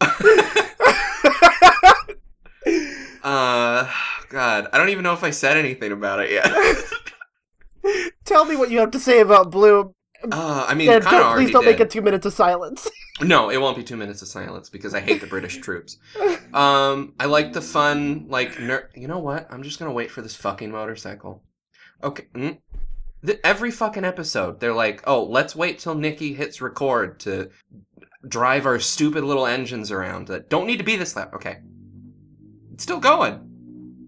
[SPEAKER 2] Uh god, I don't even know if I said anything about it yet.
[SPEAKER 1] Tell me what you have to say about Bloom.
[SPEAKER 2] Uh, I mean,
[SPEAKER 1] And
[SPEAKER 2] kinda
[SPEAKER 1] don't, please
[SPEAKER 2] already
[SPEAKER 1] don't make
[SPEAKER 2] did.
[SPEAKER 1] it two minutes of silence. [LAUGHS]
[SPEAKER 2] No, it won't be two minutes of silence because I hate the British troops. Um, I like the fun, like, ner- you know what? I'm just gonna wait for this fucking motorcycle. Okay. Mm. Th- every fucking episode, they're like, oh, let's wait till Nikki hits record to drive our stupid little engines around that don't need to be this loud. Okay. It's still going.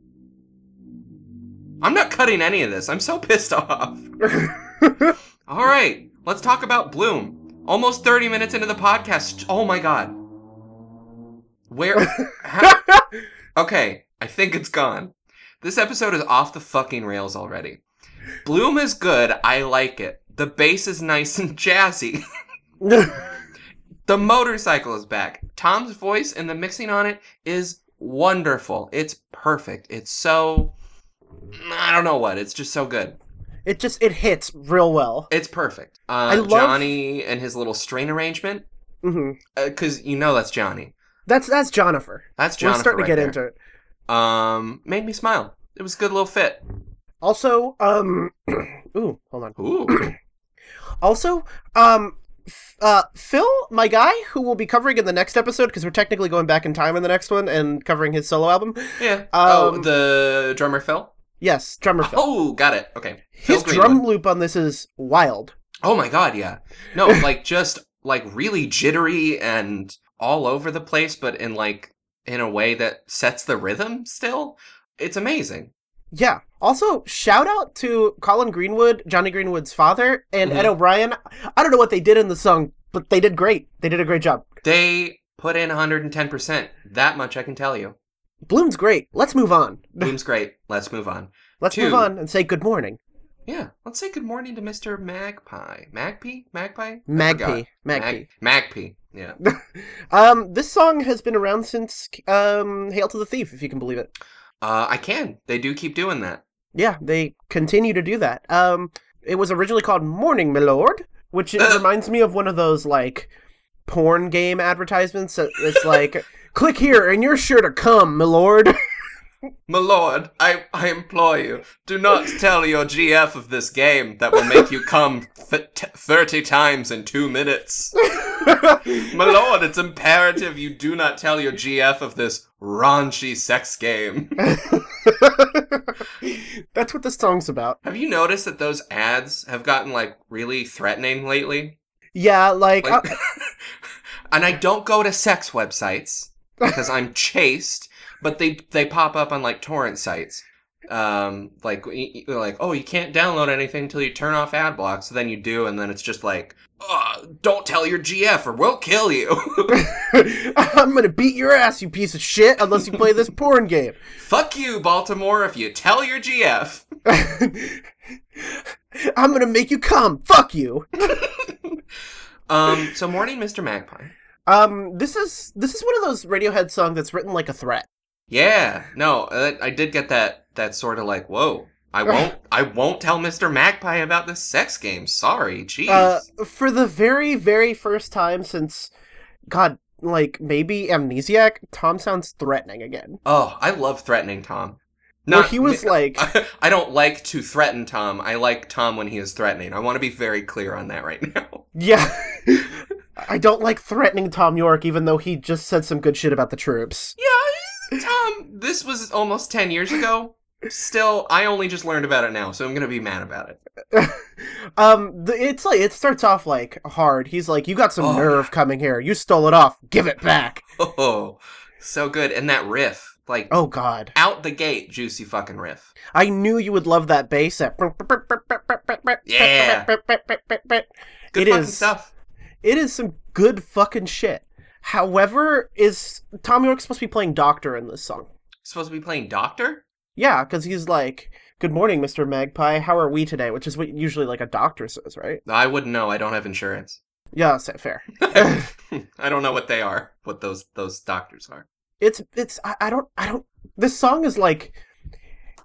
[SPEAKER 2] I'm not cutting any of this. I'm so pissed [LAUGHS] off. All right, let's talk about Bloom. Almost 30 minutes into the podcast. Oh my god. Where? how- okay, I think it's gone. This episode is off the fucking rails already. Bloom is good. I like it. The bass is nice and jazzy. [LAUGHS] the motorcycle is back. Tom's voice and the mixing on it is wonderful. It's perfect. It's so. I don't know what. It's just so good.
[SPEAKER 1] It just it hits real well.
[SPEAKER 2] It's perfect. Uh,
[SPEAKER 1] I love-
[SPEAKER 2] Johnny and his little strain arrangement,
[SPEAKER 1] hmm
[SPEAKER 2] because you know that's Johnny.
[SPEAKER 1] That's that's Jonifer.
[SPEAKER 2] That's
[SPEAKER 1] We're
[SPEAKER 2] Johnny.
[SPEAKER 1] starting to get into it.
[SPEAKER 2] it. Um, made me smile. It was a good little fit.
[SPEAKER 1] Also, um, [CLEARS THROAT] ooh, hold on.
[SPEAKER 2] Ooh.
[SPEAKER 1] also, um, f- uh, Phil, my guy, who we'll be covering in the next episode because we're technically going back in time in the next one and covering his solo album.
[SPEAKER 2] [CLEARS THROAT] Yeah.
[SPEAKER 1] [COUGHS] Um,
[SPEAKER 2] oh, the drummer Phil.
[SPEAKER 1] Yes, drummer Phil.
[SPEAKER 2] Oh, got it. Okay. Phil
[SPEAKER 1] His
[SPEAKER 2] Greenwood.
[SPEAKER 1] drum loop on this is wild.
[SPEAKER 2] Oh my god, yeah.
[SPEAKER 1] [LAUGHS]
[SPEAKER 2] No, like just like really jittery and all over the place, but in like in a way that sets the rhythm. Still, it's amazing.
[SPEAKER 1] Yeah. Also, shout out to Colin Greenwood, Johnny Greenwood's father, and
[SPEAKER 2] Mhm.
[SPEAKER 1] Ed O'Brien. I don't know what they did in the song, but they did great. They did a great job.
[SPEAKER 2] They put in 110. percent That much I can tell you.
[SPEAKER 1] Bloom's great. Let's move on. [LAUGHS]
[SPEAKER 2] Bloom's great. Let's move on.
[SPEAKER 1] Let's
[SPEAKER 2] Two.
[SPEAKER 1] move on and say good morning.
[SPEAKER 2] Yeah, let's say good morning to Mr. Magpie. Magpie? Magpie? I
[SPEAKER 1] Magpie.
[SPEAKER 2] forgot.
[SPEAKER 1] Magpie.
[SPEAKER 2] Mag- Magpie.
[SPEAKER 1] [LAUGHS]
[SPEAKER 2] Yeah.
[SPEAKER 1] Um, this song has been around since um, "Hail to the Thief," if you can believe it.
[SPEAKER 2] Uh, I can. They do keep doing that.
[SPEAKER 1] Yeah, they continue to do that. Um, it was originally called Morning Milord, which it reminds me of one of those like porn game advertisements. that It's like, click here and you're sure to come, Milord.
[SPEAKER 2] My lord, I, I implore you, do not tell your GF of this game that
[SPEAKER 1] [LAUGHS]
[SPEAKER 2] will make you come th- t- 30 times in two minutes. My lord, it's imperative you do not tell your GF of this raunchy
[SPEAKER 1] [LAUGHS]
[SPEAKER 2] sex game.
[SPEAKER 1] [LAUGHS] That's what this song's about.
[SPEAKER 2] Have you noticed that those ads have gotten, like, really threatening lately?
[SPEAKER 1] Yeah, like,
[SPEAKER 2] Like-
[SPEAKER 1] uh,
[SPEAKER 2] [LAUGHS] and I don't go to sex websites because I'm chaste, but they they pop up on like torrent sites. Um, like y- y- like oh, you can't download anything until you turn off ad block. So then you do, and then it's just like, "Ugh, don't tell your GF or we'll kill you.
[SPEAKER 1] [LAUGHS]
[SPEAKER 2] [LAUGHS]
[SPEAKER 1] I'm gonna beat your ass, you piece of shit, unless you play this porn game.
[SPEAKER 2] Fuck you, Baltimore, if you tell your GF.
[SPEAKER 1] I'm gonna make you come. Fuck you.
[SPEAKER 2] Um, so morning, Mr. Magpie.
[SPEAKER 1] Um, this is this is one of those Radiohead songs that's written like a threat.
[SPEAKER 2] Yeah, no, uh, I, I did get that that sort of like whoa. I won't. I won't tell Mr. Magpie about this sex game. Sorry, jeez.
[SPEAKER 1] Uh, for the very, very first time since, God, like maybe Amnesiac, Tom sounds threatening again.
[SPEAKER 2] Oh, I love threatening Tom.
[SPEAKER 1] No, he was like,
[SPEAKER 2] [LAUGHS] I, don't like to threaten Tom. I like Tom when he is threatening. I want to be very clear on that right [LAUGHS] now.
[SPEAKER 1] yeah, [LAUGHS] I don't like threatening Tom York, even though he just said some good shit about the troops.
[SPEAKER 2] Yeah, Tom, this was almost 10 years ago. Still, I only just learned about it now, so I'm going to be mad about it. [LAUGHS]
[SPEAKER 1] Um, the, it's like it starts off like hard. He's like, "You got some
[SPEAKER 2] Oh.
[SPEAKER 1] nerve coming here. You stole it off. Give it back."
[SPEAKER 2] Oh, so good. And that riff, like,
[SPEAKER 1] Oh God,
[SPEAKER 2] out the gate, juicy fucking riff.
[SPEAKER 1] I knew you would love that bass. That
[SPEAKER 2] Yeah. Good
[SPEAKER 1] It
[SPEAKER 2] fucking
[SPEAKER 1] is-
[SPEAKER 2] stuff.
[SPEAKER 1] It is some good fucking shit. However, is Tom York supposed to be playing doctor in this song?
[SPEAKER 2] Supposed to be playing Doctor?
[SPEAKER 1] Yeah, because he's like, "Good morning, Mister Magpie. How are we today?" Which is what usually like a doctor says, right?
[SPEAKER 2] I wouldn't know. I don't have insurance. [LAUGHS]
[SPEAKER 1] [LAUGHS] Yeah, that's fair.
[SPEAKER 2] I don't know what they are, what those those doctors are.
[SPEAKER 1] It's it's I, I don't I don't. This song is like,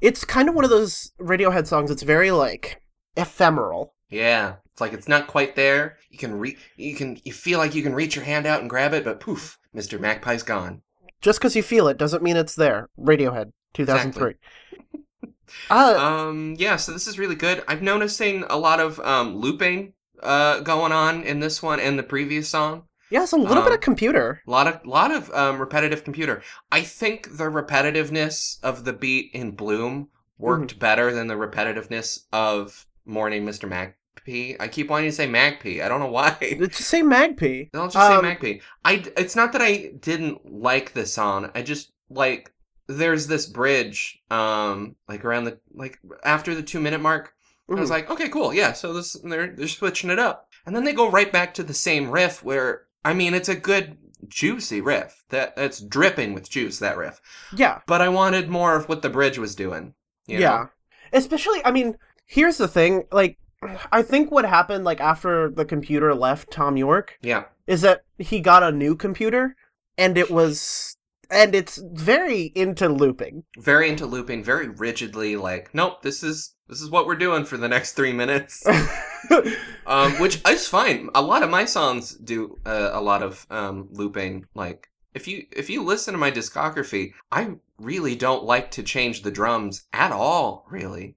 [SPEAKER 1] it's kind of one of those Radiohead songs. It's very like ephemeral.
[SPEAKER 2] Yeah, it's like it's not quite there. You can re- you can you feel like you can reach your hand out and grab it, but poof, Mr. Magpie's gone.
[SPEAKER 1] Just because you feel it doesn't mean it's there. Radiohead, two thousand three. Uh,
[SPEAKER 2] um, yeah, so this is really good. I'm noticing a lot of um looping uh going on in this one and the previous song.
[SPEAKER 1] Yeah, it's a little bit
[SPEAKER 2] Um,
[SPEAKER 1] of computer.
[SPEAKER 2] A lot of lot of um repetitive computer. I think the repetitiveness of the beat in Bloom worked better than the repetitiveness of Morning Mr. Magpie. I keep wanting to say Magpie. I don't know [LAUGHS] why.
[SPEAKER 1] Just say Magpie.
[SPEAKER 2] I'll just say
[SPEAKER 1] Um,
[SPEAKER 2] Magpie. I it's not that I didn't like the song. I just like there's this bridge, um, like around the like after the two minute mark. I was
[SPEAKER 1] Mhm.
[SPEAKER 2] like, okay, cool, yeah. So this they're they're switching it up, and then they go right back to the same riff. Where I mean, it's a good juicy riff that it's dripping with juice that riff.
[SPEAKER 1] Yeah.
[SPEAKER 2] But I wanted more of what the bridge was doing. you know?
[SPEAKER 1] yeah. Especially, I mean, here's the thing. Like, I think what happened, like, after the computer left Tom York,
[SPEAKER 2] yeah.
[SPEAKER 1] is that he got a new computer, and it was. And it's very into looping.
[SPEAKER 2] Very into looping, very rigidly. Like, nope, this is this is what we're doing for the next three minutes. um, which is fine. A lot of my songs do uh, a lot of um, looping. Like if you if you listen to my discography, I really don't like to change the drums at all. Really,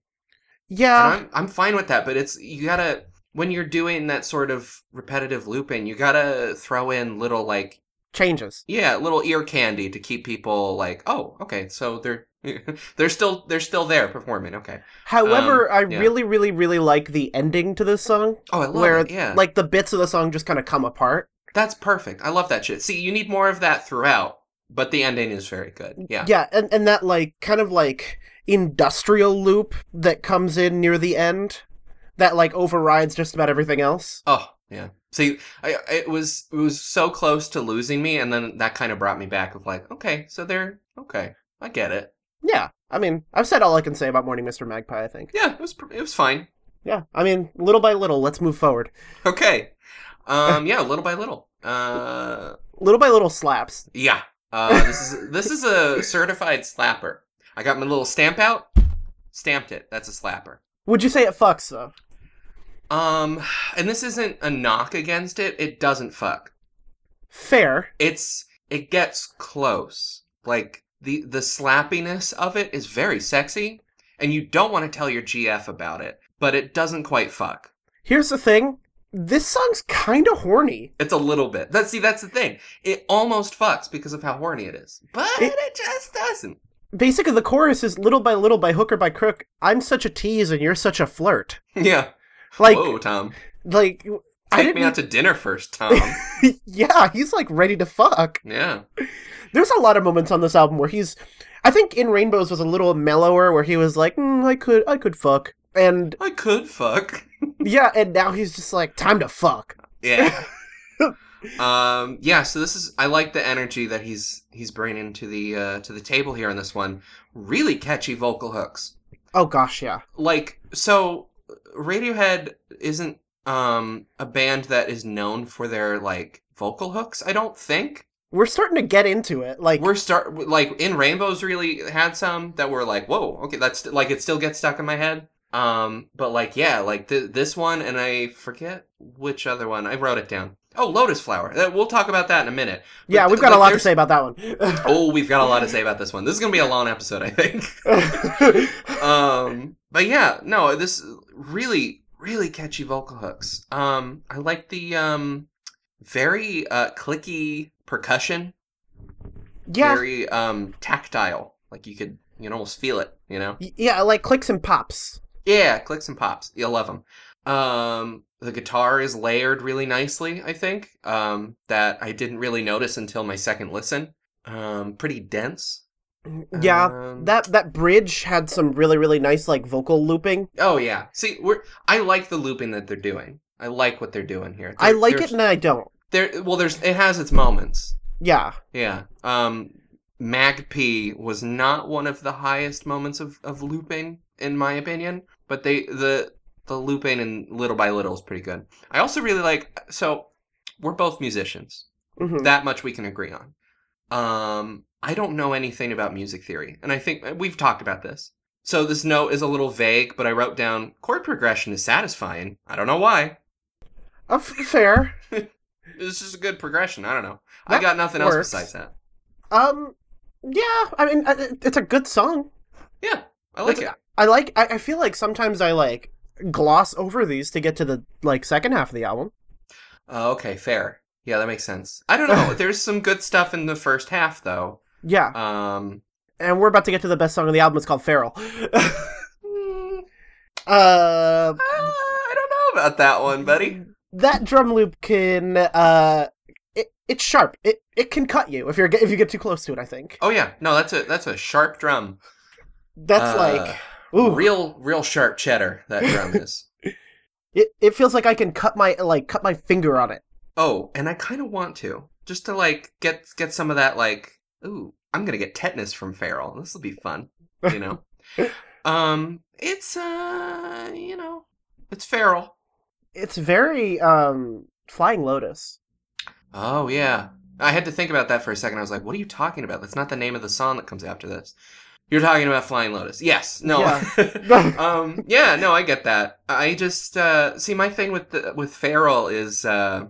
[SPEAKER 1] Yeah.
[SPEAKER 2] and I'm I'm fine with that. But it's you gotta when you're doing that sort of repetitive looping, you gotta throw in little like
[SPEAKER 1] Changes.
[SPEAKER 2] yeah, little ear candy to keep people like oh okay, so they're [LAUGHS] they're still they're still there performing. Okay,
[SPEAKER 1] However,
[SPEAKER 2] Um,
[SPEAKER 1] I
[SPEAKER 2] yeah.
[SPEAKER 1] really, really, really like the ending to this song.
[SPEAKER 2] Oh, I love
[SPEAKER 1] where,
[SPEAKER 2] it, yeah.
[SPEAKER 1] Like, the bits of the song just kind of come apart.
[SPEAKER 2] That's perfect. I love that shit. See, you need more of that throughout, but the ending is very good. Yeah.
[SPEAKER 1] Mm, yeah and, and that like kind of like industrial loop that comes in near the end that like overrides just about everything else
[SPEAKER 2] Oh, yeah. See, I, I- it was it was so close to losing me, and then that kind of brought me back of like, okay, so they're okay. I get it.
[SPEAKER 1] yeah i mean i've said all i can say about morning mr magpie i think
[SPEAKER 2] Yeah, it was pr- it was fine.
[SPEAKER 1] yeah i mean little by little let's move forward
[SPEAKER 2] Okay. Um. Yeah. Little by little.
[SPEAKER 1] [LAUGHS]
[SPEAKER 2] Uh.
[SPEAKER 1] little by little slaps
[SPEAKER 2] Yeah. Uh. This is this is a certified slapper. I got my little stamp out, stamped it. That's a slapper.
[SPEAKER 1] Would you say it fucks though?
[SPEAKER 2] Um, and this isn't a knock against it. It doesn't fuck.
[SPEAKER 1] Fair.
[SPEAKER 2] It's it gets close. Like the the slappiness of it is very sexy, and you don't want to tell your GF about it, but it doesn't quite fuck.
[SPEAKER 1] Here's the thing. This song's kind of horny.
[SPEAKER 2] It's a little bit. That see, that's the thing. It almost fucks because of how horny it is, but it, just doesn't.
[SPEAKER 1] Basically, the chorus is little by little, by hook or by crook. I'm such a tease, and you're such a flirt.
[SPEAKER 2] Yeah.
[SPEAKER 1] Like-
[SPEAKER 2] whoa, Tom,
[SPEAKER 1] Like, [LAUGHS] I
[SPEAKER 2] take
[SPEAKER 1] didn't.
[SPEAKER 2] me out to dinner first, Tom.
[SPEAKER 1] yeah, he's like ready to fuck.
[SPEAKER 2] yeah.
[SPEAKER 1] There's a lot of moments on this album where he's. I think in Rainbows was a little mellower, where he was like, mm, I could, I could fuck, and
[SPEAKER 2] I could fuck.
[SPEAKER 1] yeah, and now he's just like, time to fuck.
[SPEAKER 2] Yeah. um. Yeah. So this is. I like the energy that he's he's bringing to the uh, to the table here on this one. Really catchy vocal hooks.
[SPEAKER 1] Oh gosh, yeah.
[SPEAKER 2] Like so, Radiohead isn't um a band that is known for their like vocal hooks. I don't think.
[SPEAKER 1] We're starting to get into it. Like
[SPEAKER 2] we're start like in rainbows really had some that were like whoa okay that's like it still gets stuck in my head um but like yeah like th- this one and i forget which other one i wrote it down oh lotus flower Uh, we'll talk about that in a minute But
[SPEAKER 1] Yeah,
[SPEAKER 2] th-
[SPEAKER 1] we've got
[SPEAKER 2] like,
[SPEAKER 1] a lot to
[SPEAKER 2] there's-
[SPEAKER 1] say about that one.
[SPEAKER 2] oh we've got a lot to say about this one this is gonna be a long episode
[SPEAKER 1] [LAUGHS]
[SPEAKER 2] i think [LAUGHS] um but yeah no this really really catchy vocal hooks um i like the um very uh clicky percussion
[SPEAKER 1] Yeah.
[SPEAKER 2] very um tactile like you could you can almost feel it you know
[SPEAKER 1] Y- Yeah, like clicks and pops.
[SPEAKER 2] yeah clicks and pops you'll love them um the guitar is layered really nicely i think um that i didn't really notice until my second listen um pretty dense
[SPEAKER 1] Yeah,
[SPEAKER 2] Um,
[SPEAKER 1] that that bridge had some really really nice like vocal looping.
[SPEAKER 2] oh yeah see we're i like the looping that they're doing i like what they're doing here
[SPEAKER 1] I like
[SPEAKER 2] There's-
[SPEAKER 1] it and I don't.
[SPEAKER 2] there well there's it has its moments
[SPEAKER 1] Yeah,
[SPEAKER 2] Yeah. Um Magpie was not one of the highest moments of, of looping, in my opinion. But they the the looping and little by little is pretty good. I also really like so we're both musicians.
[SPEAKER 1] Mhm.
[SPEAKER 2] That much we can agree on. Um I don't know anything about music theory, and I think uh, we've talked about this. So this note is a little vague, but I wrote down chord progression is satisfying. I don't know why.
[SPEAKER 1] uh, f- fair.
[SPEAKER 2] This is a good progression. I don't know. I
[SPEAKER 1] That
[SPEAKER 2] got nothing
[SPEAKER 1] works.
[SPEAKER 2] else besides that.
[SPEAKER 1] Um, yeah. I mean, uh, it- it's a good song.
[SPEAKER 2] Yeah, I like
[SPEAKER 1] It's-
[SPEAKER 2] it.
[SPEAKER 1] I like. I, I feel like sometimes I like gloss over these to get to the like second half of the album.
[SPEAKER 2] Oh, okay, fair. Yeah, that makes sense. I don't
[SPEAKER 1] [LAUGHS]
[SPEAKER 2] know. There's some good stuff in the first half, though.
[SPEAKER 1] Yeah,
[SPEAKER 2] Um,
[SPEAKER 1] and we're about to get to the best song on the album. It's called "Feral." [LAUGHS] uh,
[SPEAKER 2] I don't know about that one, buddy.
[SPEAKER 1] that drum loop can uh, it, it's sharp. It it can cut you if you're get- if you get too close to it. I think
[SPEAKER 2] Oh yeah, no, that's a that's a sharp drum.
[SPEAKER 1] that's
[SPEAKER 2] Uh,
[SPEAKER 1] like ooh.
[SPEAKER 2] real real sharp cheddar. That
[SPEAKER 1] [LAUGHS]
[SPEAKER 2] drum is.
[SPEAKER 1] It, it feels like I can cut my like cut my finger on it.
[SPEAKER 2] Oh, and I kind of want to just to like get get some of that like. Ooh, I'm gonna get tetanus from Farrell. This will be fun.
[SPEAKER 1] [LAUGHS]
[SPEAKER 2] You know. um, it's uh, you know, it's Farrell.
[SPEAKER 1] It's very um flying lotus. [LAUGHS]
[SPEAKER 2] Oh yeah. I had to think about that for a second. I was like, what are you talking about? That's not the name of the song that comes after this. You're talking about Flying Lotus. Yes. No.
[SPEAKER 1] Yeah.
[SPEAKER 2] [LAUGHS] um yeah, no, I get that. I just uh see my thing with the, with Feral is uh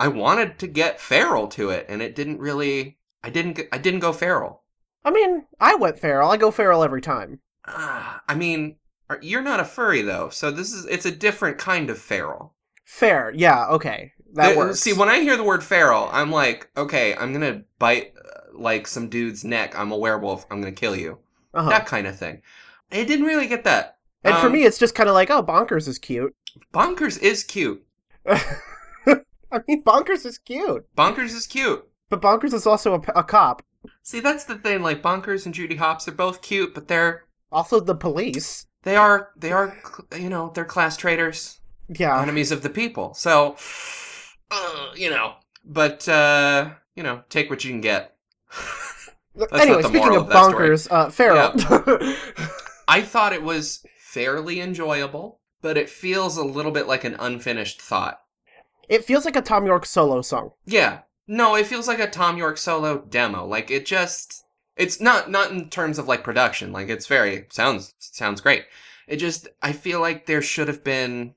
[SPEAKER 2] I wanted to get Feral to it and it didn't really I didn't g- I didn't go Feral.
[SPEAKER 1] I mean, I went feral. I go feral every time.
[SPEAKER 2] Ah, I mean, are, you're not a furry though. So this is it's a different kind of Feral.
[SPEAKER 1] Fair, yeah, okay, that
[SPEAKER 2] There-
[SPEAKER 1] works.
[SPEAKER 2] See, when I hear the word feral, I'm like, okay, I'm gonna bite uh, like some dude's neck. I'm a werewolf. I'm gonna kill you.
[SPEAKER 1] Uh-huh.
[SPEAKER 2] That kind of thing. I didn't really get that.
[SPEAKER 1] and for
[SPEAKER 2] Um,
[SPEAKER 1] me, it's just kind of like, oh, bonkers is cute. [LAUGHS]
[SPEAKER 2] bonkers is cute.
[SPEAKER 1] I mean, bonkers is cute,
[SPEAKER 2] Bonkers is cute.
[SPEAKER 1] but bonkers is also a, p- a cop,
[SPEAKER 2] See, that's the thing. Like bonkers and Judy Hopps, they're both cute, but they're
[SPEAKER 1] also the police.
[SPEAKER 2] they are they are cl- you know they're class traitors,
[SPEAKER 1] Yeah,
[SPEAKER 2] enemies of the people. So, uh, you know, but uh, you know, take what you can get. not
[SPEAKER 1] anyway,
[SPEAKER 2] the
[SPEAKER 1] speaking
[SPEAKER 2] moral
[SPEAKER 1] of
[SPEAKER 2] of that story.
[SPEAKER 1] bonkers, uh, feral.
[SPEAKER 2] I thought it was fairly enjoyable, but it feels a little bit like an unfinished thought.
[SPEAKER 1] [LAUGHS] it feels like a Tom York solo song.
[SPEAKER 2] Yeah. No, it feels like a Tom York solo demo. Like it just It's not not in terms of like production. Like it's very sounds sounds great. It just I feel like there should have been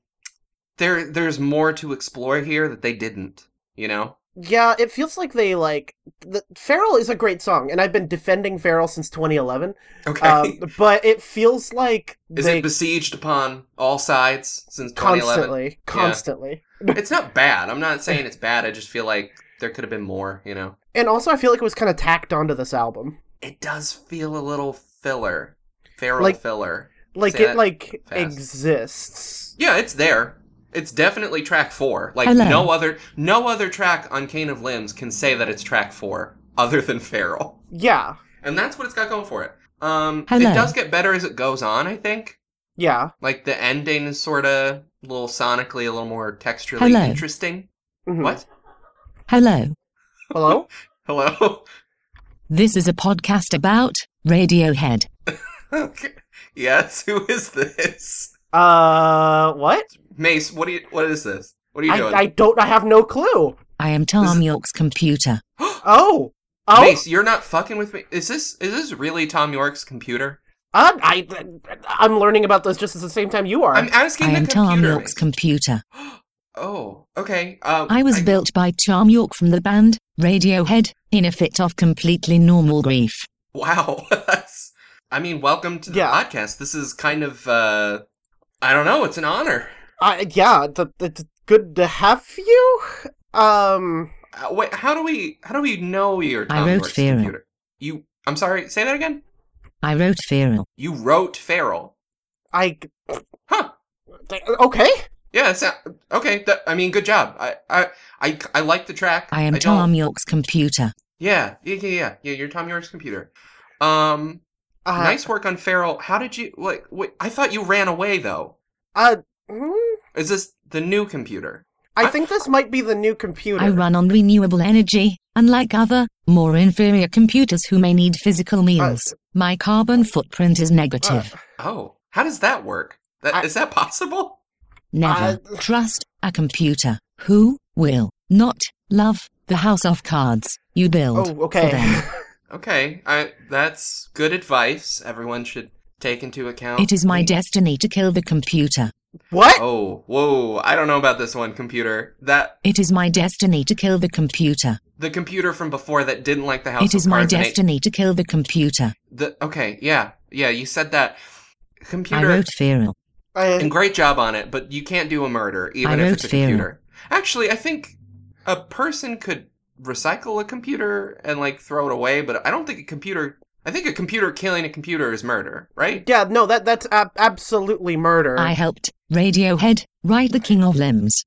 [SPEAKER 2] there there's more to explore here that they didn't, you know?
[SPEAKER 1] Yeah, it feels like they like the, Feral is a great song, and I've been defending Feral since 2011.
[SPEAKER 2] [LAUGHS]
[SPEAKER 1] [LAUGHS]
[SPEAKER 2] Okay.
[SPEAKER 1] Um, but it feels like
[SPEAKER 2] Is
[SPEAKER 1] they
[SPEAKER 2] it besieged upon all sides since 2011?
[SPEAKER 1] constantly, constantly.
[SPEAKER 2] Yeah. It's not bad. I'm
[SPEAKER 1] [LAUGHS]
[SPEAKER 2] not saying it's bad. I just feel like there could have been more, you know.
[SPEAKER 1] And also, I feel like it was kind of tacked onto this album.
[SPEAKER 2] It does feel a little filler. Feral
[SPEAKER 1] Like-
[SPEAKER 2] filler.
[SPEAKER 1] Like
[SPEAKER 2] Say
[SPEAKER 1] it
[SPEAKER 2] that
[SPEAKER 1] like
[SPEAKER 2] fast.
[SPEAKER 1] exists.
[SPEAKER 2] Yeah, it's there. It's definitely track four. Like
[SPEAKER 1] Hello.
[SPEAKER 2] no other no other track on Cane of Limbs can say that it's track four other than Feral.
[SPEAKER 1] Yeah,
[SPEAKER 2] And that's what it's got going for it. Um
[SPEAKER 1] Hello.
[SPEAKER 2] it does get better as it goes on, I think.
[SPEAKER 1] yeah.
[SPEAKER 2] Like the ending is sorta a little sonically, a little more texturally
[SPEAKER 1] Hello.
[SPEAKER 2] interesting.
[SPEAKER 1] Mm-hmm.
[SPEAKER 2] What?
[SPEAKER 13] Hello.
[SPEAKER 1] Hello? [LAUGHS]
[SPEAKER 2] Hello? [LAUGHS]
[SPEAKER 13] This is a podcast about Radiohead.
[SPEAKER 2] yes, who is this?
[SPEAKER 1] Uh, what?
[SPEAKER 2] Mace, what do you what is this? What are you
[SPEAKER 1] I,
[SPEAKER 2] doing?
[SPEAKER 1] I don't. I have no clue.
[SPEAKER 13] I am Tom York's computer.
[SPEAKER 1] Oh, oh.
[SPEAKER 2] Mace, you're not fucking with me. Is this is this really Tom York's computer?
[SPEAKER 1] Uh, I, I'm learning about this just at the same time you are. I'm
[SPEAKER 2] asking
[SPEAKER 13] I am Tom York's computer.
[SPEAKER 2] Oh, okay. Um,
[SPEAKER 13] I was built by Tom York from the band Radiohead in a fit of completely normal grief.
[SPEAKER 2] Wow. [LAUGHS] That's, I mean, welcome to the podcast. This is kind of, uh, I don't know, it's an honor.
[SPEAKER 1] I, yeah, th- th- it's good to have you. Um,
[SPEAKER 2] Uh, wait, how do we, how do we know you're Tom
[SPEAKER 13] I wrote
[SPEAKER 2] York's
[SPEAKER 13] Feral.
[SPEAKER 2] computer? You, I'm sorry, say that again?
[SPEAKER 13] I wrote Feral.
[SPEAKER 2] You wrote Feral.
[SPEAKER 1] I,
[SPEAKER 2] Huh.
[SPEAKER 1] Okay.
[SPEAKER 2] Yeah, it's, uh, okay. That, I mean, good job. I, I, I, I like the track.
[SPEAKER 13] I am
[SPEAKER 2] don't-
[SPEAKER 13] Tom York's computer.
[SPEAKER 2] Yeah, yeah, yeah, yeah, yeah. You're Tom York's computer. Um,
[SPEAKER 1] Uh,
[SPEAKER 2] nice work on Feral. How did you like? Wait, I thought you ran away though.
[SPEAKER 1] Uh, mm,
[SPEAKER 2] Is this the new computer?
[SPEAKER 1] I think this might be the new computer.
[SPEAKER 13] I run on renewable energy, unlike other, more inferior computers who may need physical meals. My carbon footprint is negative.
[SPEAKER 2] Oh, how does that work? That is that possible?
[SPEAKER 13] Never trust a computer. Who will not love the house of cards you build?
[SPEAKER 1] Oh, okay. [LAUGHS]
[SPEAKER 13] For them.
[SPEAKER 2] Okay, I that's good advice. Everyone should take into account.
[SPEAKER 13] It is my destiny to kill the computer.
[SPEAKER 1] What?
[SPEAKER 2] Oh, whoa! I don't know about this one computer. That
[SPEAKER 13] It is my destiny to kill the computer.
[SPEAKER 2] the computer from before that didn't like the house.
[SPEAKER 13] It is
[SPEAKER 2] of
[SPEAKER 13] my
[SPEAKER 2] cards and it-
[SPEAKER 13] destiny to kill the computer.
[SPEAKER 2] the okay, yeah, yeah. You said that
[SPEAKER 13] I
[SPEAKER 2] computer.
[SPEAKER 13] wrote Feral.
[SPEAKER 1] Uh,
[SPEAKER 2] and great job on it, but you can't do a murder, even
[SPEAKER 13] I
[SPEAKER 2] if
[SPEAKER 13] wrote
[SPEAKER 2] it's a
[SPEAKER 13] Feral.
[SPEAKER 2] computer. Actually, I think a person could recycle a computer and like throw it away, but I don't think a computer. I think a computer killing a computer is murder, right?
[SPEAKER 1] Yeah, no, that that's ab- absolutely murder.
[SPEAKER 13] I helped Radiohead write The King of Limbs.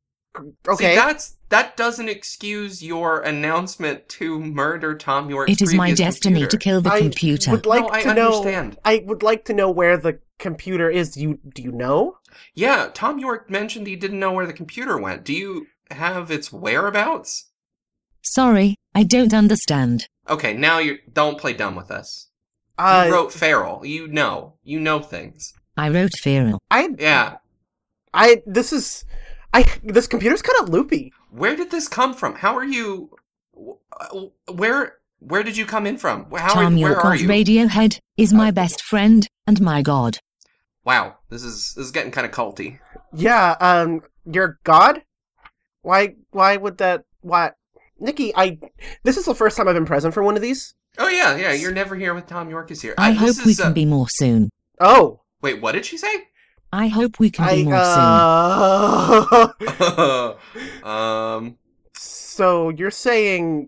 [SPEAKER 2] Okay, See, that's that doesn't excuse your announcement to murder Tom York's.
[SPEAKER 13] It is my
[SPEAKER 2] previous
[SPEAKER 13] destiny
[SPEAKER 2] computer.
[SPEAKER 13] to kill the computer.
[SPEAKER 1] would like
[SPEAKER 2] No, I
[SPEAKER 1] to know.
[SPEAKER 2] understand.
[SPEAKER 1] I would like to know where the computer is. You do you know?
[SPEAKER 2] Yeah, Tom York mentioned he didn't know where the computer went. Do you have its whereabouts?
[SPEAKER 13] Sorry, I don't understand.
[SPEAKER 2] Okay, now you don't play dumb with us.
[SPEAKER 1] Uh,
[SPEAKER 2] you wrote Feral. You know. You know things.
[SPEAKER 13] I wrote Feral.
[SPEAKER 1] I
[SPEAKER 2] yeah.
[SPEAKER 1] I this is I this computer's kind of loopy.
[SPEAKER 2] Where did this come from? How are you? wh- Where where did you come in from? How are,
[SPEAKER 13] Tom
[SPEAKER 2] where
[SPEAKER 13] York
[SPEAKER 2] are
[SPEAKER 13] of
[SPEAKER 2] you?
[SPEAKER 13] Radiohead is
[SPEAKER 2] Uh,
[SPEAKER 13] my best friend and my god.
[SPEAKER 2] Wow, this is this is getting kind of culty.
[SPEAKER 1] Yeah. Um, your god. Why? Why would that? Why, Nikki? I. This is the first time I've been present for one of these.
[SPEAKER 2] Oh yeah, yeah. You're never here with Tom York is here.
[SPEAKER 13] I
[SPEAKER 2] this
[SPEAKER 13] hope we
[SPEAKER 2] is,
[SPEAKER 13] can
[SPEAKER 2] uh,
[SPEAKER 13] be more soon.
[SPEAKER 1] Oh.
[SPEAKER 2] Wait, what did she say? [LAUGHS]
[SPEAKER 13] I hope we can be more
[SPEAKER 1] uh,
[SPEAKER 2] um.
[SPEAKER 1] [LAUGHS] So you're saying,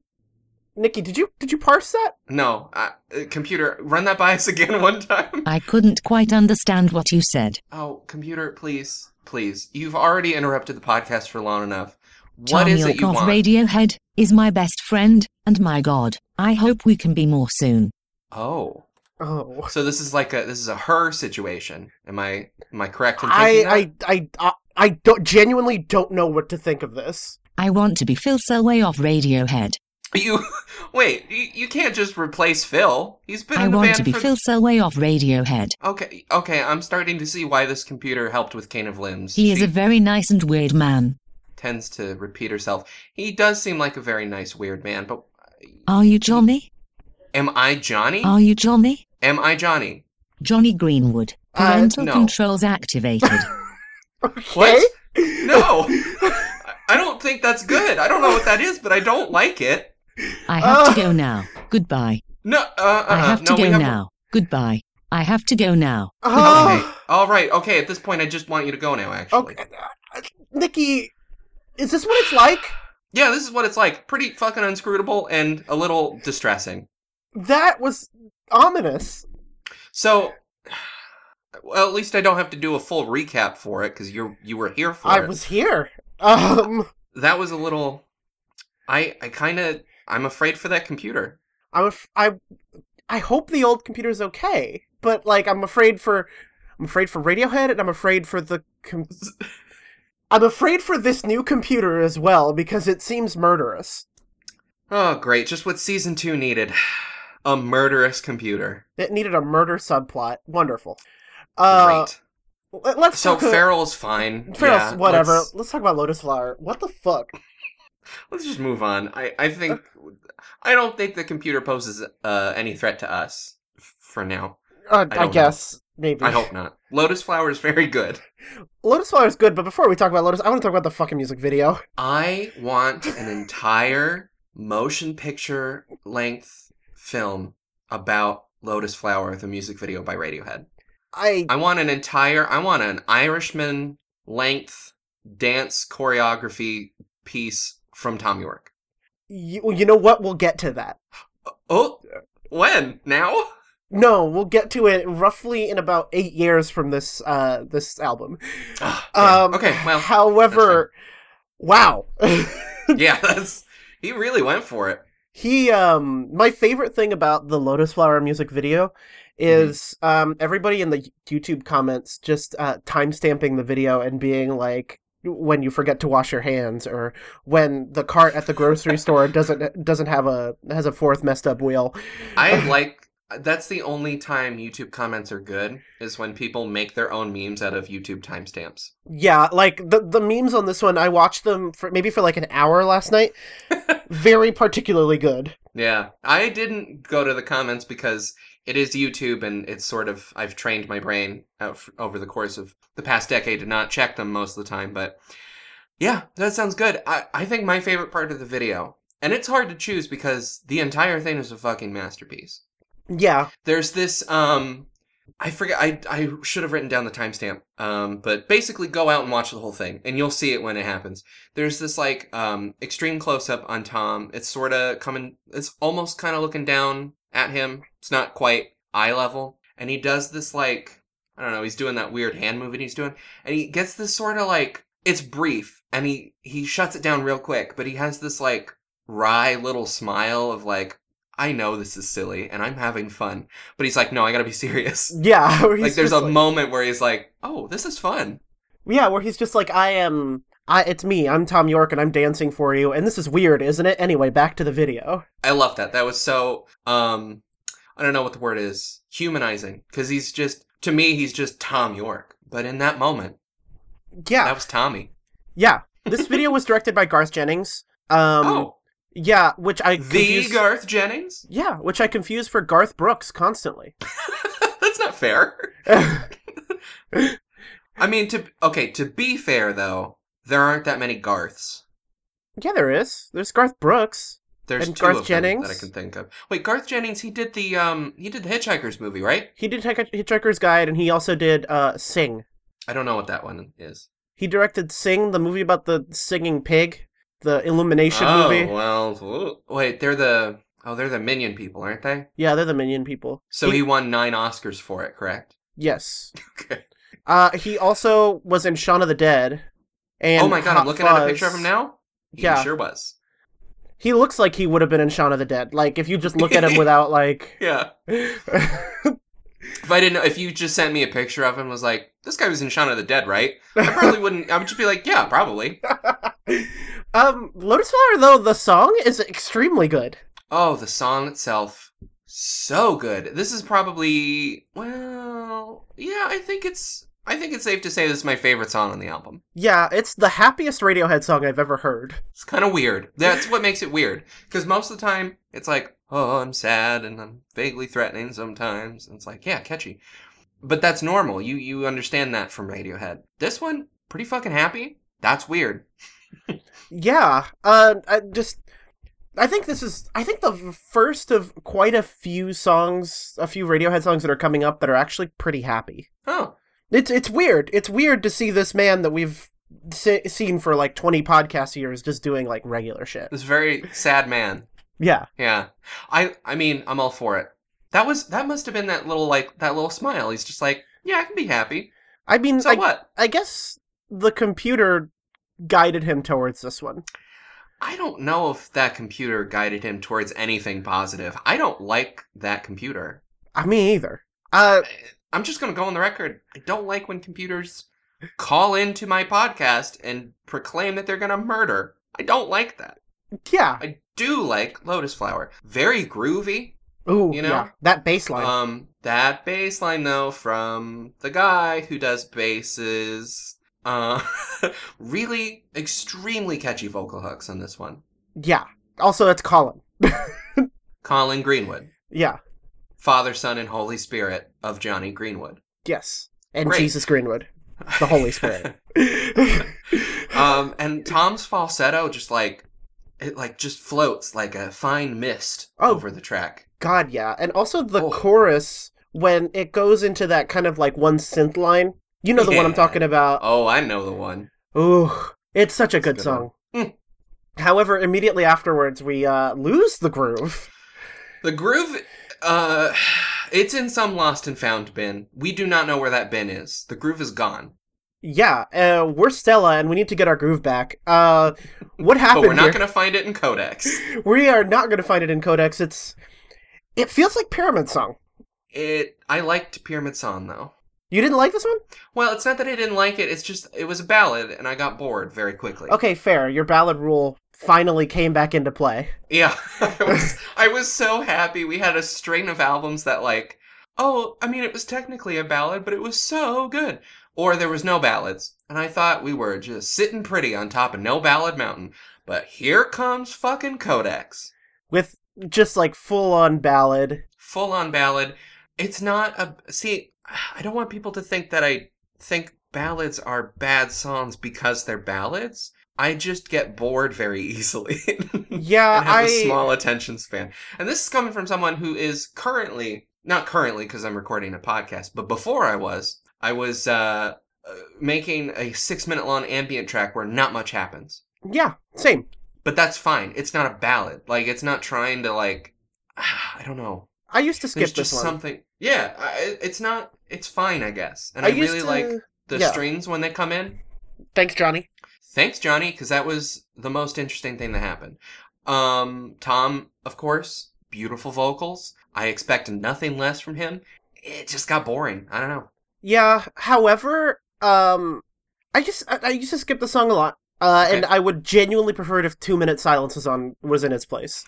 [SPEAKER 1] Nikki? Did you did you parse that?
[SPEAKER 2] No, I, uh, computer, run that by us [LAUGHS] again one time.
[SPEAKER 13] soon. I couldn't quite understand what you said.
[SPEAKER 2] Oh, computer, please, please. You've already interrupted the podcast for long enough. What
[SPEAKER 13] Tom
[SPEAKER 2] is
[SPEAKER 13] York
[SPEAKER 2] it you
[SPEAKER 13] of
[SPEAKER 2] want?
[SPEAKER 13] Radiohead is my best friend and my god. I hope we can be more soon.
[SPEAKER 2] Oh.
[SPEAKER 1] Oh.
[SPEAKER 2] So this is like a this is a her situation. Am I am I correct in thinking that?
[SPEAKER 1] I I I I, I don't genuinely don't know what to think of this.
[SPEAKER 13] I want to be Phil Selway of Radiohead.
[SPEAKER 2] You [LAUGHS] wait. You, you can't just replace Phil. He's been
[SPEAKER 13] I
[SPEAKER 2] in the
[SPEAKER 13] want
[SPEAKER 2] band
[SPEAKER 13] to be
[SPEAKER 2] for.
[SPEAKER 13] Phil Selway of Radiohead.
[SPEAKER 2] Okay, okay. I'm starting to see why this computer helped with Cane of Limbs.
[SPEAKER 13] He is a very nice and weird man.
[SPEAKER 2] Tends to repeat herself. He does seem like a very nice, weird man, but
[SPEAKER 13] Are you Johnny?
[SPEAKER 2] Am I Johnny?
[SPEAKER 13] Are you Johnny?
[SPEAKER 2] Am I Johnny?
[SPEAKER 13] Johnny Greenwood. Parental
[SPEAKER 2] Uh, no. [LAUGHS]
[SPEAKER 13] controls activated. [LAUGHS]
[SPEAKER 2] What? No. [LAUGHS] I don't think that's good. I don't know what that is, but I don't like it.
[SPEAKER 13] I have to go now. Goodbye.
[SPEAKER 2] No. Uh, uh,
[SPEAKER 13] I have to
[SPEAKER 2] Uh-huh. no, we
[SPEAKER 13] go
[SPEAKER 2] have-
[SPEAKER 13] now. Goodbye. I have to go now.
[SPEAKER 1] Oh,
[SPEAKER 2] Okay. All right. Okay. At this point, I just want you to go now. Actually.
[SPEAKER 1] uh, Nikki, is this what it's like?
[SPEAKER 2] Yeah. This is what it's like. Pretty fucking unscrutable and a little distressing.
[SPEAKER 1] That was ominous.
[SPEAKER 2] So, well, at least I don't have to do a full recap for it because you you were here for
[SPEAKER 1] I
[SPEAKER 2] it.
[SPEAKER 1] was here. Um,
[SPEAKER 2] That was a little. I I kind of I'm afraid for that computer.
[SPEAKER 1] I'm af- I, I hope the old computer's okay, but like I'm afraid for, I'm afraid for Radiohead, and I'm afraid for the.
[SPEAKER 2] [LAUGHS]
[SPEAKER 1] Com- I'm afraid for this new computer as well because it seems murderous.
[SPEAKER 2] Oh, great! Just what season two needed. [SIGHS] A murderous computer.
[SPEAKER 1] It needed a murder subplot. Wonderful. Uh,
[SPEAKER 2] Great.
[SPEAKER 1] let- Let's [LAUGHS]
[SPEAKER 2] So
[SPEAKER 1] talk a-
[SPEAKER 2] Farrell's fine.
[SPEAKER 1] Feral's
[SPEAKER 2] Yeah,
[SPEAKER 1] whatever.
[SPEAKER 2] let's-
[SPEAKER 1] Let's... talk about Lotus Flower. What the fuck?
[SPEAKER 2] Let's just move on. I, I think I don't think the computer poses uh, any threat to us f- for now.
[SPEAKER 1] Uh,
[SPEAKER 2] don't
[SPEAKER 1] I,
[SPEAKER 2] know.
[SPEAKER 1] guess maybe.
[SPEAKER 2] I hope not. Lotus Flower is very good.
[SPEAKER 1] Lotus Flower is good, but before we talk about Lotus, I want to talk about the fucking music video.
[SPEAKER 2] I want an entire motion picture length film about Lotus Flower, the music video by Radiohead.
[SPEAKER 1] I
[SPEAKER 2] I want an entire. I want an Irishman length dance choreography piece from Tom York.
[SPEAKER 1] you, you know what? We'll get to that.
[SPEAKER 2] Oh, when now?
[SPEAKER 1] No, we'll get to it roughly in about eight years from this uh this album. um,
[SPEAKER 2] Ah, okay. Well,
[SPEAKER 1] however, wow, [LAUGHS]
[SPEAKER 2] yeah, [LAUGHS] that's he really went for it.
[SPEAKER 1] he um my favorite thing about the Lotus Flower music video
[SPEAKER 2] Mm-hmm.
[SPEAKER 1] is um everybody in the YouTube comments just uh timestamping the video and being like when you forget to wash your hands or when the cart at the grocery store doesn't doesn't have a has a fourth messed up wheel.
[SPEAKER 2] I like that's the only time YouTube comments are good is when people make their own memes out of YouTube timestamps.
[SPEAKER 1] Yeah, like the the memes on this one, I watched them for maybe for like an hour last night. Very particularly good.
[SPEAKER 2] Yeah, I didn't go to the comments because it is YouTube and it's sort of I've trained my brain out f- over the course of the past decade to not check them most of the time, but yeah, that sounds good. I I think my favorite part of the video, and it's hard to choose because the entire thing is a fucking masterpiece.
[SPEAKER 1] Yeah.
[SPEAKER 2] there's this um i forget i i should have written down the timestamp um but basically go out and watch the whole thing and you'll see it when it happens there's this like um extreme close up on tom it's sort of coming it's almost kind of looking down at him it's not quite eye level and he does this like i don't know he's doing that weird hand movement he's doing and he gets this sort of like it's brief and he he shuts it down real quick but he has this like wry little smile of like I know this is silly and I'm having fun. But he's like, no, I gotta be serious.
[SPEAKER 1] Yeah, [LAUGHS] where he's
[SPEAKER 2] like there's
[SPEAKER 1] just
[SPEAKER 2] a
[SPEAKER 1] like-
[SPEAKER 2] moment where he's like, oh, this is fun.
[SPEAKER 1] Yeah, where he's just like, I am I it's me, I'm Tom York and I'm dancing for you, and this is weird, isn't it? Anyway, back to the video.
[SPEAKER 2] I love that. That was so um I don't know what the word is. Humanizing. Because he's just to me, he's just Tom York. But in that moment,
[SPEAKER 1] Yeah.
[SPEAKER 2] that was Tommy.
[SPEAKER 1] Yeah. This video was directed by Garth Jennings. Um
[SPEAKER 2] Oh.
[SPEAKER 1] yeah, which I
[SPEAKER 2] The
[SPEAKER 1] confuse-
[SPEAKER 2] Garth Jennings? [LAUGHS]
[SPEAKER 1] Yeah, which I confuse for Garth Brooks constantly.
[SPEAKER 2] That's not
[SPEAKER 1] [LAUGHS]
[SPEAKER 2] fair. I mean to okay, to be fair though, there aren't that many Garths.
[SPEAKER 1] Yeah, there is. There's Garth Brooks.
[SPEAKER 2] There's
[SPEAKER 1] and
[SPEAKER 2] two
[SPEAKER 1] Garth
[SPEAKER 2] of them
[SPEAKER 1] Jennings.
[SPEAKER 2] that I can think of. Wait, Garth Jennings, he did the um he did the Hitchhiker's movie, right?
[SPEAKER 1] He did Hitchhiker- Hitchhiker's Guide and he also did uh Sing.
[SPEAKER 2] I don't know what that one is.
[SPEAKER 1] He directed Sing, the movie about the singing pig, the Illumination
[SPEAKER 2] oh,
[SPEAKER 1] movie.
[SPEAKER 2] well, ooh. wait, they're the oh, they're the Minion people, aren't they?
[SPEAKER 1] Yeah, they're the Minion people.
[SPEAKER 2] So he, won nine Oscars for it, correct?
[SPEAKER 1] Yes.
[SPEAKER 2] [LAUGHS] Okay.
[SPEAKER 1] Uh, he also was in Shaun of the Dead. And
[SPEAKER 2] oh my god,
[SPEAKER 1] Hot
[SPEAKER 2] I'm looking at a picture of
[SPEAKER 1] Fuzz.
[SPEAKER 2] him now. He
[SPEAKER 1] Yeah.
[SPEAKER 2] sure was.
[SPEAKER 1] He looks like he would have been in Shaun of the Dead. Like if you just look at him without
[SPEAKER 2] [LAUGHS]
[SPEAKER 1] like,
[SPEAKER 2] Yeah. if I didn't, know, if you just sent me a picture of him, and was like, this guy was in Shaun of the Dead, right? I
[SPEAKER 1] [LAUGHS]
[SPEAKER 2] probably wouldn't. I would just be like, yeah, probably.
[SPEAKER 1] um, Lotus Flower though the song is extremely good.
[SPEAKER 2] Oh, the song itself, so good. This is probably well, yeah. I think it's I think it's safe to say this is my favorite song on the album.
[SPEAKER 1] Yeah, it's the happiest Radiohead song I've ever heard.
[SPEAKER 2] It's kind of weird. That's what makes it weird. Because most of the time, it's like, oh, I'm sad and I'm vaguely threatening sometimes. And it's like, yeah, catchy. But that's normal. You you understand that from Radiohead. This one, pretty fucking happy. That's weird.
[SPEAKER 1] Yeah, uh, I just I think this is I think the first of quite a few songs, a few Radiohead songs that are coming up that are actually pretty happy.
[SPEAKER 2] Oh.
[SPEAKER 1] It's it's weird. It's weird to see this man that we've se- seen for like 20 podcast years just doing like regular shit.
[SPEAKER 2] This very sad man.
[SPEAKER 1] Yeah.
[SPEAKER 2] Yeah. I I mean, I'm all for it. That was that must have been that little like that little smile. He's just like, yeah, I can be happy.
[SPEAKER 1] I mean,
[SPEAKER 2] So
[SPEAKER 1] Mm, I,
[SPEAKER 2] what?
[SPEAKER 1] I guess the computer guided him towards this one.
[SPEAKER 2] I don't know if that computer guided him towards anything positive. I don't like that computer.
[SPEAKER 1] I mean, either. Uh,
[SPEAKER 2] I'm just going to go on the record. I don't like when computers call into my podcast and proclaim that they're going to murder. I don't like that.
[SPEAKER 1] Yeah.
[SPEAKER 2] I do like Lotus Flower. Very groovy.
[SPEAKER 1] Ooh,
[SPEAKER 2] You know?
[SPEAKER 1] yeah. That bass line.
[SPEAKER 2] Um, that bass line though from the guy who does basses. Uh, [LAUGHS] really extremely catchy vocal hooks on this one.
[SPEAKER 1] yeah. Also, it's Colin.
[SPEAKER 2] Colin Greenwood,
[SPEAKER 1] Yeah.
[SPEAKER 2] Father, Son, and Holy Spirit of Johnny Greenwood.
[SPEAKER 1] Yes. And
[SPEAKER 2] Great.
[SPEAKER 1] Jesus Greenwood, the Holy
[SPEAKER 2] [LAUGHS]
[SPEAKER 1] Spirit.
[SPEAKER 2] Um, and Tom's falsetto just like it like just floats like a fine mist
[SPEAKER 1] Oh.
[SPEAKER 2] over the track.
[SPEAKER 1] God, yeah. And also the
[SPEAKER 2] Oh.
[SPEAKER 1] chorus when it goes into that kind of like one synth line. You know the one I'm
[SPEAKER 2] Yeah.
[SPEAKER 1] talking about.
[SPEAKER 2] Oh, I know the one.
[SPEAKER 1] Ooh, it's such a good, song.
[SPEAKER 2] Mm.
[SPEAKER 1] However, immediately afterwards, we uh, lose the groove.
[SPEAKER 2] The groove, uh, it's in some lost and found bin. We do not know where that bin is. The groove is gone.
[SPEAKER 1] Yeah, uh, we're Stella, and we need to get our groove back. Uh, what happened?
[SPEAKER 2] but we're not
[SPEAKER 1] here?
[SPEAKER 2] going to find it in Codex.
[SPEAKER 1] We are not going to find it in Codex. It's. It feels like Pyramid Song.
[SPEAKER 2] It. I liked Pyramid Song though.
[SPEAKER 1] You didn't like this one?
[SPEAKER 2] Well, it's not that I didn't like it. It's just it was a ballad, and I got bored very quickly.
[SPEAKER 1] Okay, fair. Your ballad rule finally came back into play.
[SPEAKER 2] Yeah, [LAUGHS] I was, I was so happy. We had a string of albums that, like, oh, I mean, it was technically a ballad, but it was so good. Or there was no ballads, and I thought we were just sitting pretty on top of no ballad mountain. But here comes fucking Codex,
[SPEAKER 1] with just like full on ballad.
[SPEAKER 2] full on ballad. It's not a see. I don't want people to think that I think ballads are bad songs because they're ballads. I just get bored very [LAUGHS] easily.
[SPEAKER 1] Yeah,
[SPEAKER 2] Hmm. and have
[SPEAKER 1] I
[SPEAKER 2] a small attention span. And this is coming from someone who is currently, not currently because I'm recording a podcast, but before I was, I was uh, uh, making a six minute long ambient track where not much happens.
[SPEAKER 1] yeah, same.
[SPEAKER 2] But that's fine. It's not a ballad. Like, it's not trying to, like, [SIGHS] I don't know.
[SPEAKER 1] I used to skip
[SPEAKER 2] There's
[SPEAKER 1] this
[SPEAKER 2] just
[SPEAKER 1] one.
[SPEAKER 2] something. Yeah, I, it's not, it's fine, I guess. And
[SPEAKER 1] I
[SPEAKER 2] I,
[SPEAKER 1] used
[SPEAKER 2] really
[SPEAKER 1] to-
[SPEAKER 2] like the
[SPEAKER 1] yeah.
[SPEAKER 2] strings when they come in.
[SPEAKER 1] Thanks, Johnny.
[SPEAKER 2] Thanks, Johnny, because that was the most interesting thing that happened. Um, Tom, of course, beautiful vocals. I expect nothing less from him. It just got boring. I don't know.
[SPEAKER 1] Yeah. However, um, I just I, I used to skip the song a lot, uh, and I would genuinely prefer it if two minute silence was on was in its place.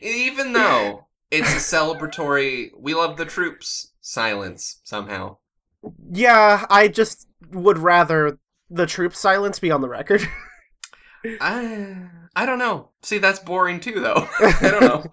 [SPEAKER 2] Even though it's a celebratory, we love the troops silence somehow.
[SPEAKER 1] Yeah, I just would rather the troop silence be on the record. [LAUGHS]
[SPEAKER 2] I I don't know. See, that's boring too, though. [LAUGHS] I don't know.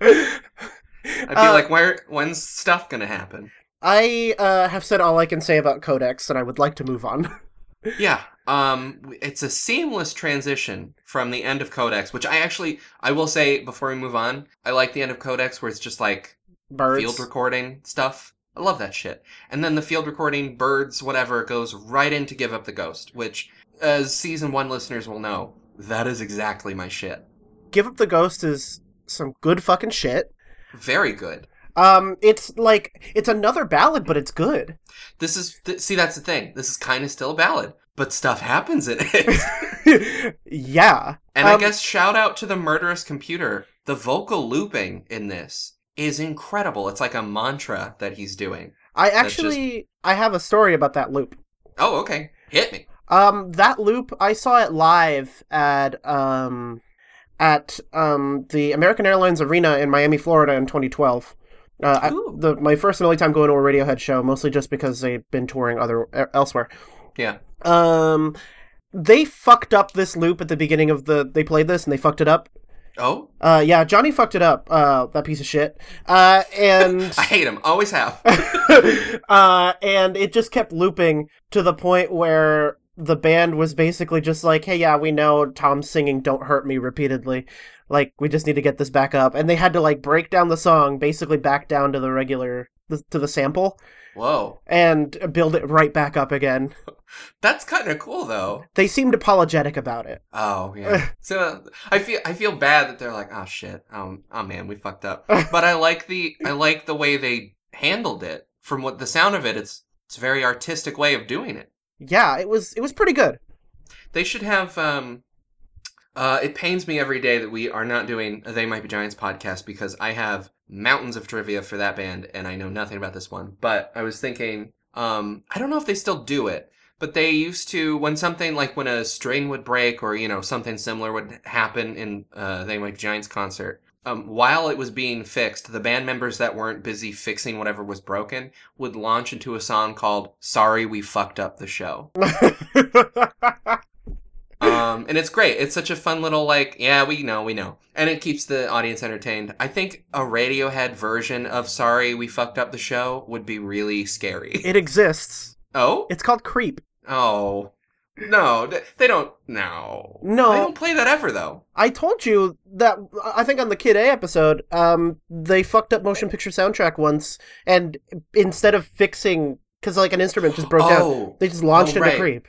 [SPEAKER 2] I feel
[SPEAKER 1] Uh,
[SPEAKER 2] like where when's stuff gonna happen?
[SPEAKER 1] I uh, have said all I can say about Codex, and I would like to move on. [LAUGHS]
[SPEAKER 2] yeah um it's a seamless transition from the end of codex which i actually i will say before we move on i like the end of codex where it's just like
[SPEAKER 1] Birds.
[SPEAKER 2] field recording stuff i love that shit and then the field recording birds whatever goes right into give up the ghost which as season one listeners will know that is exactly my shit
[SPEAKER 1] Give up the ghost is some good fucking shit.
[SPEAKER 2] very good
[SPEAKER 1] Um, it's like it's another ballad, but it's good. [LAUGHS]
[SPEAKER 2] this is th- see that's the thing this is kind of still a ballad but stuff happens in it [LAUGHS]
[SPEAKER 1] Yeah.
[SPEAKER 2] And I
[SPEAKER 1] Um,
[SPEAKER 2] guess shout out to the murderous computer. The vocal looping in this is incredible. It's like a mantra that he's doing.
[SPEAKER 1] I
[SPEAKER 2] That's just-
[SPEAKER 1] actually I have a story about that loop.
[SPEAKER 2] oh, okay. Hit me.
[SPEAKER 1] Um, that loop I saw it live at um at um the American Airlines Arena in Miami, Florida in 2012. Uh, I, the my first and only time going to a Radiohead show, mostly just because they've been touring other e- elsewhere.
[SPEAKER 2] Yeah.
[SPEAKER 1] Um, they fucked up this loop at the beginning of the. They played this and they fucked it up.
[SPEAKER 2] Oh.
[SPEAKER 1] Uh, yeah, Johnny fucked it up. Uh, that piece of shit. Uh, and
[SPEAKER 2] I hate him. Always have.
[SPEAKER 1] uh, and it just kept looping to the point where the band was basically just like, "Hey, yeah, we know Tom's singing "Don't Hurt Me" repeatedly. Like, we just need to get this back up." And they had to like break down the song, basically back down to the regular to the sample,
[SPEAKER 2] Whoa.
[SPEAKER 1] and build it right back up again.
[SPEAKER 2] That's kind of cool though.
[SPEAKER 1] They seemed apologetic about it.
[SPEAKER 2] Oh yeah. so I feel I feel bad that they're like, oh shit, um, oh man, we fucked up. But I like the I like the way they handled it. From what the sound of it, it's it's a very artistic way of doing it.
[SPEAKER 1] Yeah, it was it was pretty good.
[SPEAKER 2] They should have. Um, uh, it pains me every day that we are not doing a They Might Be Giants podcast because I have mountains of trivia for that band and I know nothing about this one. But I was thinking, um, I don't know if they still do it, but they used to when something like when a string would break or you know something similar would happen in uh, They Might Be Giants concert. Um, while it was being fixed, the band members that weren't busy fixing whatever was broken would launch into a song called "Sorry We Fucked Up the Show." um, and it's great. It's such a fun little like, yeah, we know, we know, and it keeps the audience entertained. I think a Radiohead version of "Sorry We Fucked Up the Show" would be really scary.
[SPEAKER 1] It exists.
[SPEAKER 2] Oh,
[SPEAKER 1] it's called Creep.
[SPEAKER 2] Oh, no, th- they don't. No,
[SPEAKER 1] No.
[SPEAKER 2] they don't play that ever though.
[SPEAKER 1] I told you that I think on the Kid A episode, um, they fucked up motion picture soundtrack once, and instead of fixing, because like an instrument just broke down,
[SPEAKER 2] Oh.
[SPEAKER 1] they just launched
[SPEAKER 2] Oh,
[SPEAKER 1] into
[SPEAKER 2] right. [LAUGHS]
[SPEAKER 1] creep.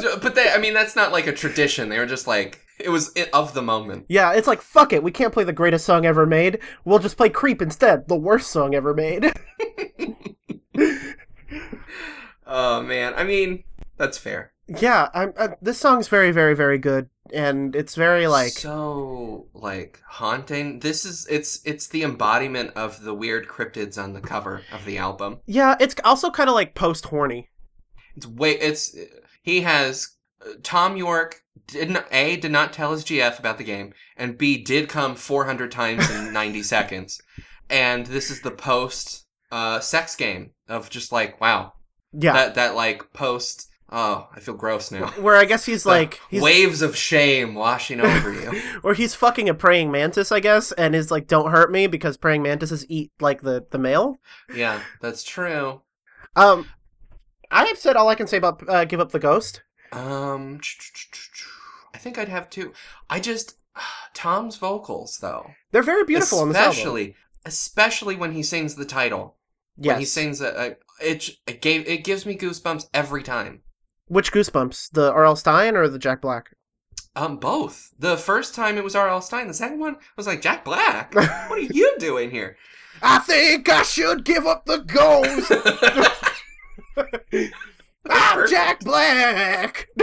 [SPEAKER 2] So- but they, I mean, that's not like a tradition. They were just like it was it, of
[SPEAKER 1] [LAUGHS]
[SPEAKER 2] the moment.
[SPEAKER 1] Yeah, it's like fuck it, we can't play the greatest song ever made. We'll just play Creep instead, the worst song ever made. [LAUGHS]
[SPEAKER 2] Oh man, I mean, that's fair.
[SPEAKER 1] yeah, I'm, uh, this song's very, very, very good, and it's very like
[SPEAKER 2] so like haunting. This is it's it's the embodiment of the weird cryptids on the cover of the album.
[SPEAKER 1] yeah, it's also kind of like post horny.
[SPEAKER 2] It's way it's he has uh, Tom York didn't a did not tell his GF about the game and b did come 400 times
[SPEAKER 1] [LAUGHS]
[SPEAKER 2] in 90 seconds. And this is the post uh sex game of just like wow.
[SPEAKER 1] Yeah.
[SPEAKER 2] That that like post oh, I feel gross now.
[SPEAKER 1] Where I guess he's
[SPEAKER 2] The
[SPEAKER 1] like he's
[SPEAKER 2] waves of shame washing
[SPEAKER 1] [LAUGHS]
[SPEAKER 2] over you.
[SPEAKER 1] or he's fucking a praying mantis, I guess, and is like, "Don't hurt me," because praying mantises eat like the the male.
[SPEAKER 2] Yeah, that's true.
[SPEAKER 1] Um, I have said all I can say about uh, "Give Up the Ghost."
[SPEAKER 2] Um, I think I'd have two. I just [SIGHS] Tom's vocals though.
[SPEAKER 1] They're very beautiful on this album.
[SPEAKER 2] especially especially when he sings the title. When he
[SPEAKER 1] Yes.
[SPEAKER 2] sings a, a it, it gave it gives me goosebumps every time.
[SPEAKER 1] Which Goosebumps? The R.L. Stein or the Jack Black?
[SPEAKER 2] Um, both. The first time it was R.L. Stein. The second one was like Jack
[SPEAKER 1] [LAUGHS]
[SPEAKER 2] Black. what are you doing here?
[SPEAKER 1] I think I should give up the
[SPEAKER 2] [LAUGHS]
[SPEAKER 1] ghost. I'm Jack Black. [LAUGHS]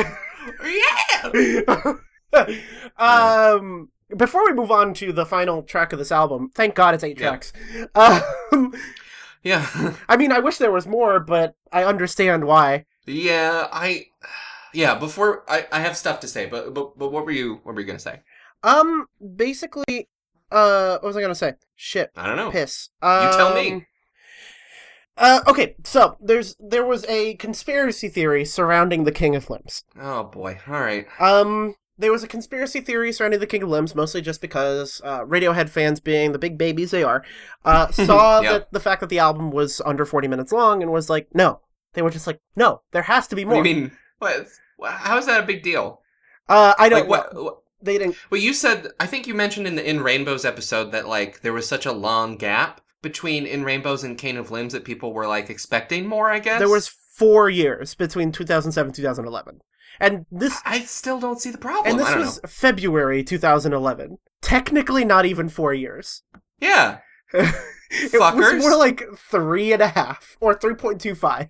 [SPEAKER 1] um, before we move on to the final track of this album, thank God it's eight
[SPEAKER 2] Yeah.
[SPEAKER 1] tracks. Um,
[SPEAKER 2] yeah. [LAUGHS]
[SPEAKER 1] I mean, I wish there was more, but I understand why.
[SPEAKER 2] Yeah, I. [SIGHS] Yeah, before I, I have stuff to say, but but but what were you what were you gonna say?
[SPEAKER 1] Um, basically, uh, what was I gonna say? Shit.
[SPEAKER 2] I don't know.
[SPEAKER 1] Piss.
[SPEAKER 2] You tell me.
[SPEAKER 1] Um, Uh, okay, so there's there was a conspiracy theory surrounding the King of Limbs.
[SPEAKER 2] Oh boy. All right.
[SPEAKER 1] Um, there was a conspiracy theory surrounding the King of Limbs, mostly just because uh, Radiohead fans, being the big babies they are,
[SPEAKER 2] [LAUGHS]
[SPEAKER 1] uh, saw
[SPEAKER 2] Yeah.
[SPEAKER 1] that the fact that the album was under 40 minutes long and was like, no. They were just like, no, there has to be more.
[SPEAKER 2] What do you mean? What? How is that a big deal?
[SPEAKER 1] Uh, I don't.
[SPEAKER 2] Like, what- what?
[SPEAKER 1] They didn't.
[SPEAKER 2] Well, you said I think you mentioned in the In Rainbows episode that like there was such a long gap between In Rainbows and Cane of Limbs that people were like expecting more. I guess
[SPEAKER 1] There was four years between 2007 2011, and this
[SPEAKER 2] I still don't see the problem.
[SPEAKER 1] and this
[SPEAKER 2] I don't
[SPEAKER 1] was February 2011. Technically, not even four years.
[SPEAKER 2] Yeah.
[SPEAKER 1] [LAUGHS] It was
[SPEAKER 2] Fuckers.
[SPEAKER 1] more like three and a half or 3.25.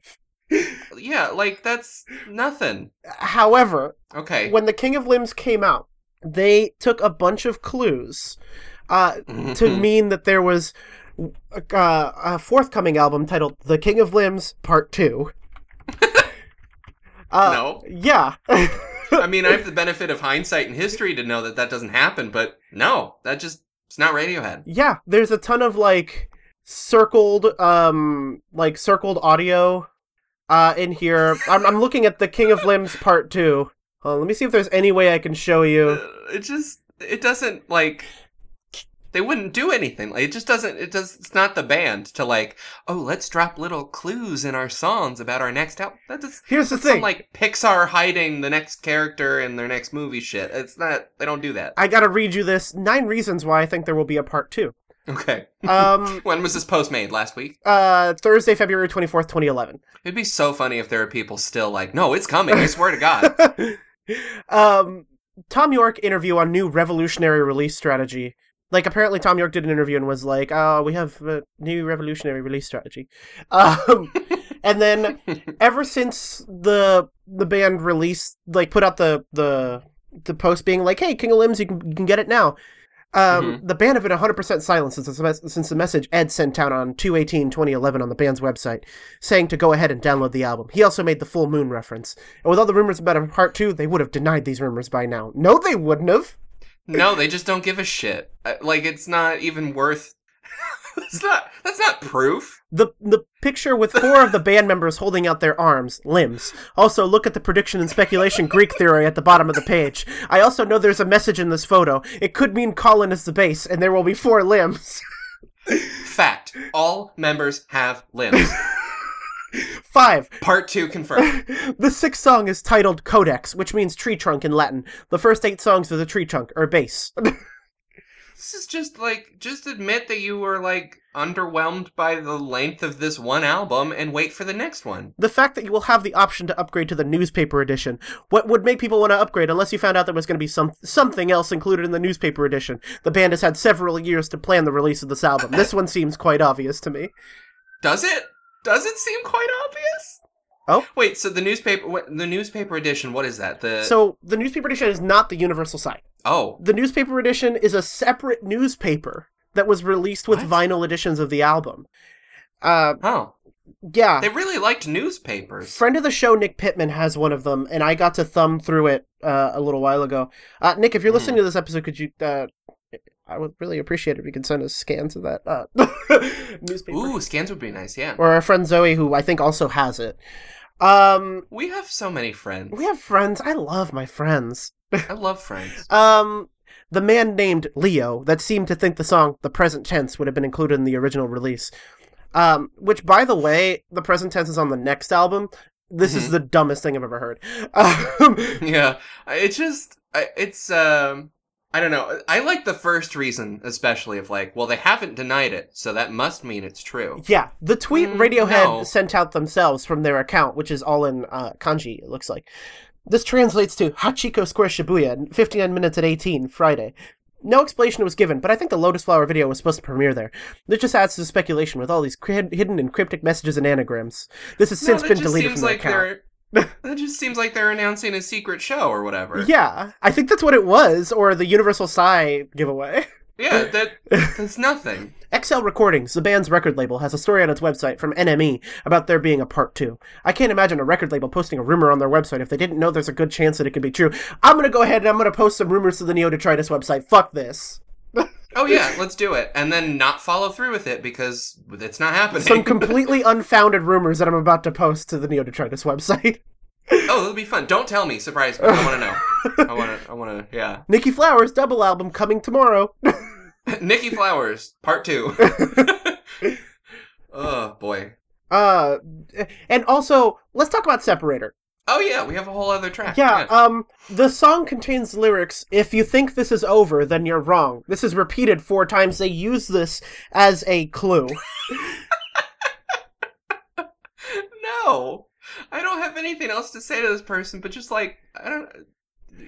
[SPEAKER 2] yeah, like that's nothing.
[SPEAKER 1] However,
[SPEAKER 2] Okay.
[SPEAKER 1] when the King of Limbs came out, they took a bunch of clues uh,
[SPEAKER 2] Mm-hmm.
[SPEAKER 1] to mean that there was uh, a forthcoming album titled "The King of Limbs Part 2. uh, [LAUGHS]
[SPEAKER 2] no.
[SPEAKER 1] Yeah,
[SPEAKER 2] I mean, I have the benefit of hindsight and history to know that that doesn't happen, but no, that just It's not Radiohead.
[SPEAKER 1] Yeah, there's a ton of like circled, um, like circled audio, uh, in here. I'm, I'm looking at the King of Limbs part two. Uh, let me see if there's any way I can show you.
[SPEAKER 2] It just it doesn't like they wouldn't do anything. Like, it just doesn't it does it's not the band to like, oh, let's drop little clues in our songs about our next album. That just
[SPEAKER 1] Here's the
[SPEAKER 2] that's some,
[SPEAKER 1] thing.
[SPEAKER 2] like Pixar hiding the next character in their next movie shit. It's not they don't do that.
[SPEAKER 1] I gotta read you this nine reasons why I think there will be a part two.
[SPEAKER 2] Okay.
[SPEAKER 1] Um,
[SPEAKER 2] [LAUGHS] when was this post made? Last week?
[SPEAKER 1] Uh, Thursday, February 24th, 2011.
[SPEAKER 2] It'd be so funny if there were people still like, no, it's coming. I swear to God.
[SPEAKER 1] [LAUGHS] Um, Tom York interview on new revolutionary release strategy. Like apparently Tom York did an interview and was like, "Oh, we have a new revolutionary release strategy," um, and then ever since the the band released, like, put out the the the post being like, "Hey, King of Limbs, you can, you can get it now." Um, The band have been 100% silent since the, mes- since the message Ed sent out on 218 2011 on the band's website, saying to go ahead and download the album. He also made the Full Moon reference. And with all the rumors about a part two, they would have denied these rumors by now. No, they wouldn't have.
[SPEAKER 2] No, they just don't give a shit. Uh, Like it's not even worth. [LAUGHS] it's not. That's not proof.
[SPEAKER 1] The, the picture with four of the band members holding out their arms, limbs. Also, look at the prediction and speculation Greek theory at the bottom of the page. I also know there's a message in this photo. It could mean Colin is the bass, and there will be four limbs. [LAUGHS]
[SPEAKER 2] Fact: all members have
[SPEAKER 1] [LAUGHS]
[SPEAKER 2] limbs.
[SPEAKER 1] Five.
[SPEAKER 2] Part two confirmed.
[SPEAKER 1] The sixth song is titled Codex, which means tree trunk in Latin. The first eight songs are the tree trunk, or bass.
[SPEAKER 2] This is just like just admit that you were like underwhelmed by the length of this one album and wait for the next one.
[SPEAKER 1] [LAUGHS] the fact that you will have the option to upgrade to the newspaper edition, what would make people want to upgrade unless you found out there was going to be some something else included in the newspaper edition? The band has had several years to plan the release of this album. This one seems quite obvious to me.
[SPEAKER 2] Does it? Does it seem quite obvious?
[SPEAKER 1] Oh.
[SPEAKER 2] Wait, so the newspaper what, the newspaper edition, what is that? The
[SPEAKER 1] So the newspaper edition is not the universal site.
[SPEAKER 2] Oh,
[SPEAKER 1] The newspaper edition is a separate newspaper that was released with vinyl editions of the album. Uh,
[SPEAKER 2] oh,
[SPEAKER 1] yeah.
[SPEAKER 2] they really liked newspapers.
[SPEAKER 1] Friend of the show, Nick Pittman, has one of them, and I got to thumb through it uh, a little while ago. Uh, Nick, if you're listening to this episode, could you? Uh, I would really appreciate it if you could send us scans of that uh, [LAUGHS] newspaper,
[SPEAKER 2] Ooh, scans would be nice, yeah.
[SPEAKER 1] or our friend Zoe, who I think also has it. Um,
[SPEAKER 2] we have so many friends.
[SPEAKER 1] we have friends. I love my friends.
[SPEAKER 2] I love friends.
[SPEAKER 1] Um, the man named Leo that seemed to think the song "The Present Tense" would have been included in the original release. Um, which, by the way, the present tense is on the next album. This is the dumbest thing I've ever heard. [LAUGHS] Um,
[SPEAKER 2] yeah I- it's just I- it's um i don't know i like the first reason especially of like well they haven't denied it so that must mean it's true
[SPEAKER 1] Yeah, the tweet Radiohead
[SPEAKER 2] Mm, no.
[SPEAKER 1] sent out themselves from their account, which is all in uh, kanji, it looks like. This translates to Hachiko Square Shibuya, 59 minutes at 18, Friday. No explanation was given, but I think the Lotus Flower video was supposed to premiere there. This just adds to the speculation with all these cri- hidden and cryptic messages and anagrams. This has
[SPEAKER 2] No,
[SPEAKER 1] since
[SPEAKER 2] that
[SPEAKER 1] been
[SPEAKER 2] just
[SPEAKER 1] deleted
[SPEAKER 2] seems
[SPEAKER 1] from the
[SPEAKER 2] like
[SPEAKER 1] account. [LAUGHS]
[SPEAKER 2] they're that just seems like they're announcing a secret show or whatever
[SPEAKER 1] Yeah, I think that's what it was, or the Universal Psy giveaway. [LAUGHS]
[SPEAKER 2] yeah that that's nothing
[SPEAKER 1] XL Recordings, the band's record label, has a story on its website from NME about there being a part two. I can't imagine a record label posting a rumor on their website if they didn't know there's a good chance that it could be true. I'm gonna go ahead and I'm gonna post some rumors to the Neo Detritus website. Fuck this.
[SPEAKER 2] oh yeah let's do it and then not follow through with it because it's not happening [LAUGHS]
[SPEAKER 1] Some completely unfounded rumors that I'm about to post to the Neo Detritus website. [LAUGHS]
[SPEAKER 2] oh it'll be fun don't tell me surprise me i want to know i want to i want
[SPEAKER 1] [LAUGHS]
[SPEAKER 2] to yeah
[SPEAKER 1] Nikki Flowers double album coming tomorrow.
[SPEAKER 2] nikki flowers part
[SPEAKER 1] [LAUGHS]
[SPEAKER 2] two [LAUGHS] oh boy
[SPEAKER 1] uh, and also let's talk about Separator.
[SPEAKER 2] oh yeah we have a whole other track
[SPEAKER 1] Yeah, um, the song contains the lyrics, if you think this is over, then you're wrong. This is repeated four times. They use this as a clue.
[SPEAKER 2] no i don't have anything else to say to this person but just like i don't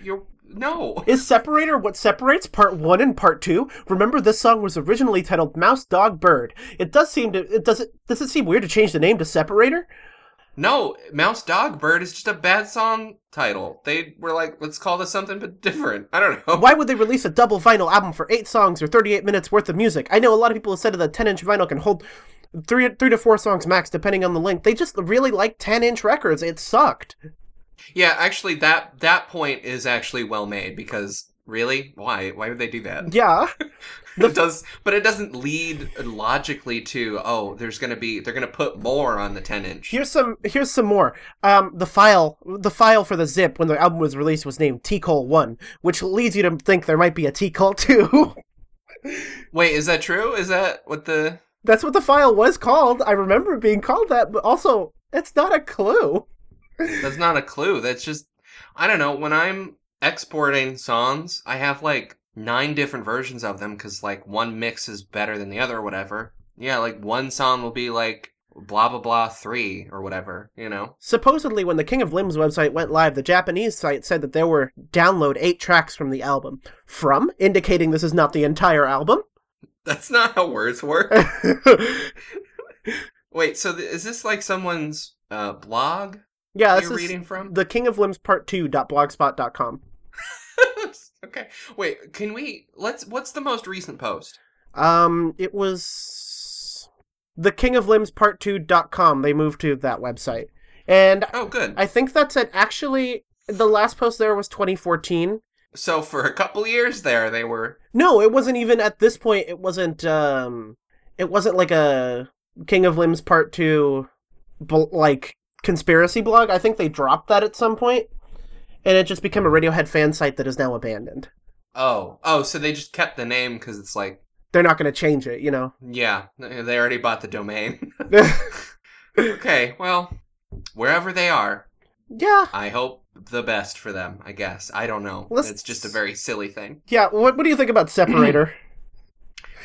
[SPEAKER 2] you're no
[SPEAKER 1] is Separator what separates part one and part two? Remember, this song was originally titled Mouse, Dog, Bird. It does seem to, it does it, does it seem weird to change the name to Separator?
[SPEAKER 2] no mouse dog bird is just a bad song title they were like let's call this something but different i don't know
[SPEAKER 1] Why would they release a double vinyl album for eight songs or 38 minutes worth of music? I know a lot of people have said that a 10 inch vinyl can hold three, three to four songs max, depending on the length. They just really like 10 inch records. It sucked.
[SPEAKER 2] yeah actually that that point is actually well made because Really? Why? Why would they do that?
[SPEAKER 1] Yeah.
[SPEAKER 2] it does, but it doesn't lead logically to oh, there's going to be they're going to put more on the ten inch.
[SPEAKER 1] Here's some. Here's some more. Um, the file, the file for the zip when the album was released was named T Cole One, which leads you to think there might be a T Cole [LAUGHS] Two.
[SPEAKER 2] Wait, is that true? Is that what the?
[SPEAKER 1] That's what the file was called. I remember it being called that, but also it's not a clue.
[SPEAKER 2] That's not a clue. That's just I don't know. When I'm exporting songs, I have like nine different versions of them because like one mix is better than the other or whatever. Yeah, like one song will be like blah blah blah three or whatever, you know? [LAUGHS]
[SPEAKER 1] Supposedly, when the King of Limbs website went live, the Japanese site said that there were download eight tracks from the album from, indicating this is not the entire album.
[SPEAKER 2] That's not how words work. Wait, so th- is this like someone's uh, blog? [LAUGHS]
[SPEAKER 1] Yeah,
[SPEAKER 2] that
[SPEAKER 1] this
[SPEAKER 2] you're
[SPEAKER 1] is
[SPEAKER 2] reading from?
[SPEAKER 1] the King of Limbs Part Two blogspot.com.
[SPEAKER 2] okay. Wait, can we let's what's the most recent post?
[SPEAKER 1] Um, it was the King of Limbs Part Two com. They moved to that website, and
[SPEAKER 2] oh, good.
[SPEAKER 1] I think that's it. Actually, the last post there was 2014.
[SPEAKER 2] So for a couple years there they were
[SPEAKER 1] No, it wasn't even at this point. It wasn't. Um, it wasn't like a King of Limbs Part Two, bl- like conspiracy blog. I think they dropped that at some point, and it just became a Radiohead fan site that is now abandoned.
[SPEAKER 2] Oh, oh, so they just kept the name cuz it's like
[SPEAKER 1] They're not going to change it, you know.
[SPEAKER 2] yeah, they already bought the domain. [LAUGHS] okay, well, wherever they are,
[SPEAKER 1] Yeah,
[SPEAKER 2] I hope the best for them, I guess. I don't know.
[SPEAKER 1] Let's-
[SPEAKER 2] It's just a very silly thing.
[SPEAKER 1] yeah. What What do you think about Separator?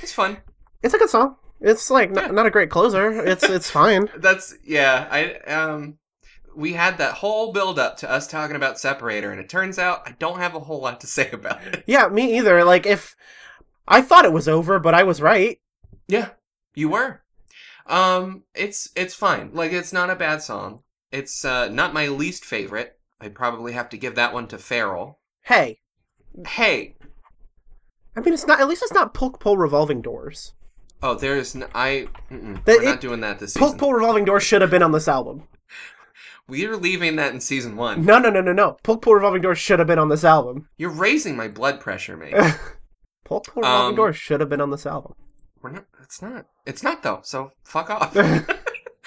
[SPEAKER 2] It's fun.
[SPEAKER 1] it's a good song. It's like not, not a great closer. It's it's fine.
[SPEAKER 2] That's yeah. I um, we had that whole build up to us talking about Separator, and it turns out I don't have a whole lot to say about it.
[SPEAKER 1] Yeah, me either. Like if I thought it was over, but I was right.
[SPEAKER 2] Yeah, you were. Um, it's it's fine. Like it's not a bad song. It's uh, not my least favorite. I probably have to give that one to Farrell.
[SPEAKER 1] Hey,
[SPEAKER 2] Hey,
[SPEAKER 1] I mean, it's not. At least it's not Polk Pole Revolving Doors.
[SPEAKER 2] oh, there's n- I. Mm-mm,
[SPEAKER 1] That
[SPEAKER 2] we're
[SPEAKER 1] it-
[SPEAKER 2] not doing that this season.
[SPEAKER 1] Polk Pole Revolving Doors should have been on this album.
[SPEAKER 2] We're leaving that in season one.
[SPEAKER 1] No, no, no, no, no. Polk Pole Revolving Doors should have been on this album.
[SPEAKER 2] You're raising my blood pressure, mate.
[SPEAKER 1] Polk Pole Revolving
[SPEAKER 2] Um,
[SPEAKER 1] Doors should have been on this album.
[SPEAKER 2] We're not. It's not. It's not though. So
[SPEAKER 1] [LAUGHS]
[SPEAKER 2] fuck off. [LAUGHS]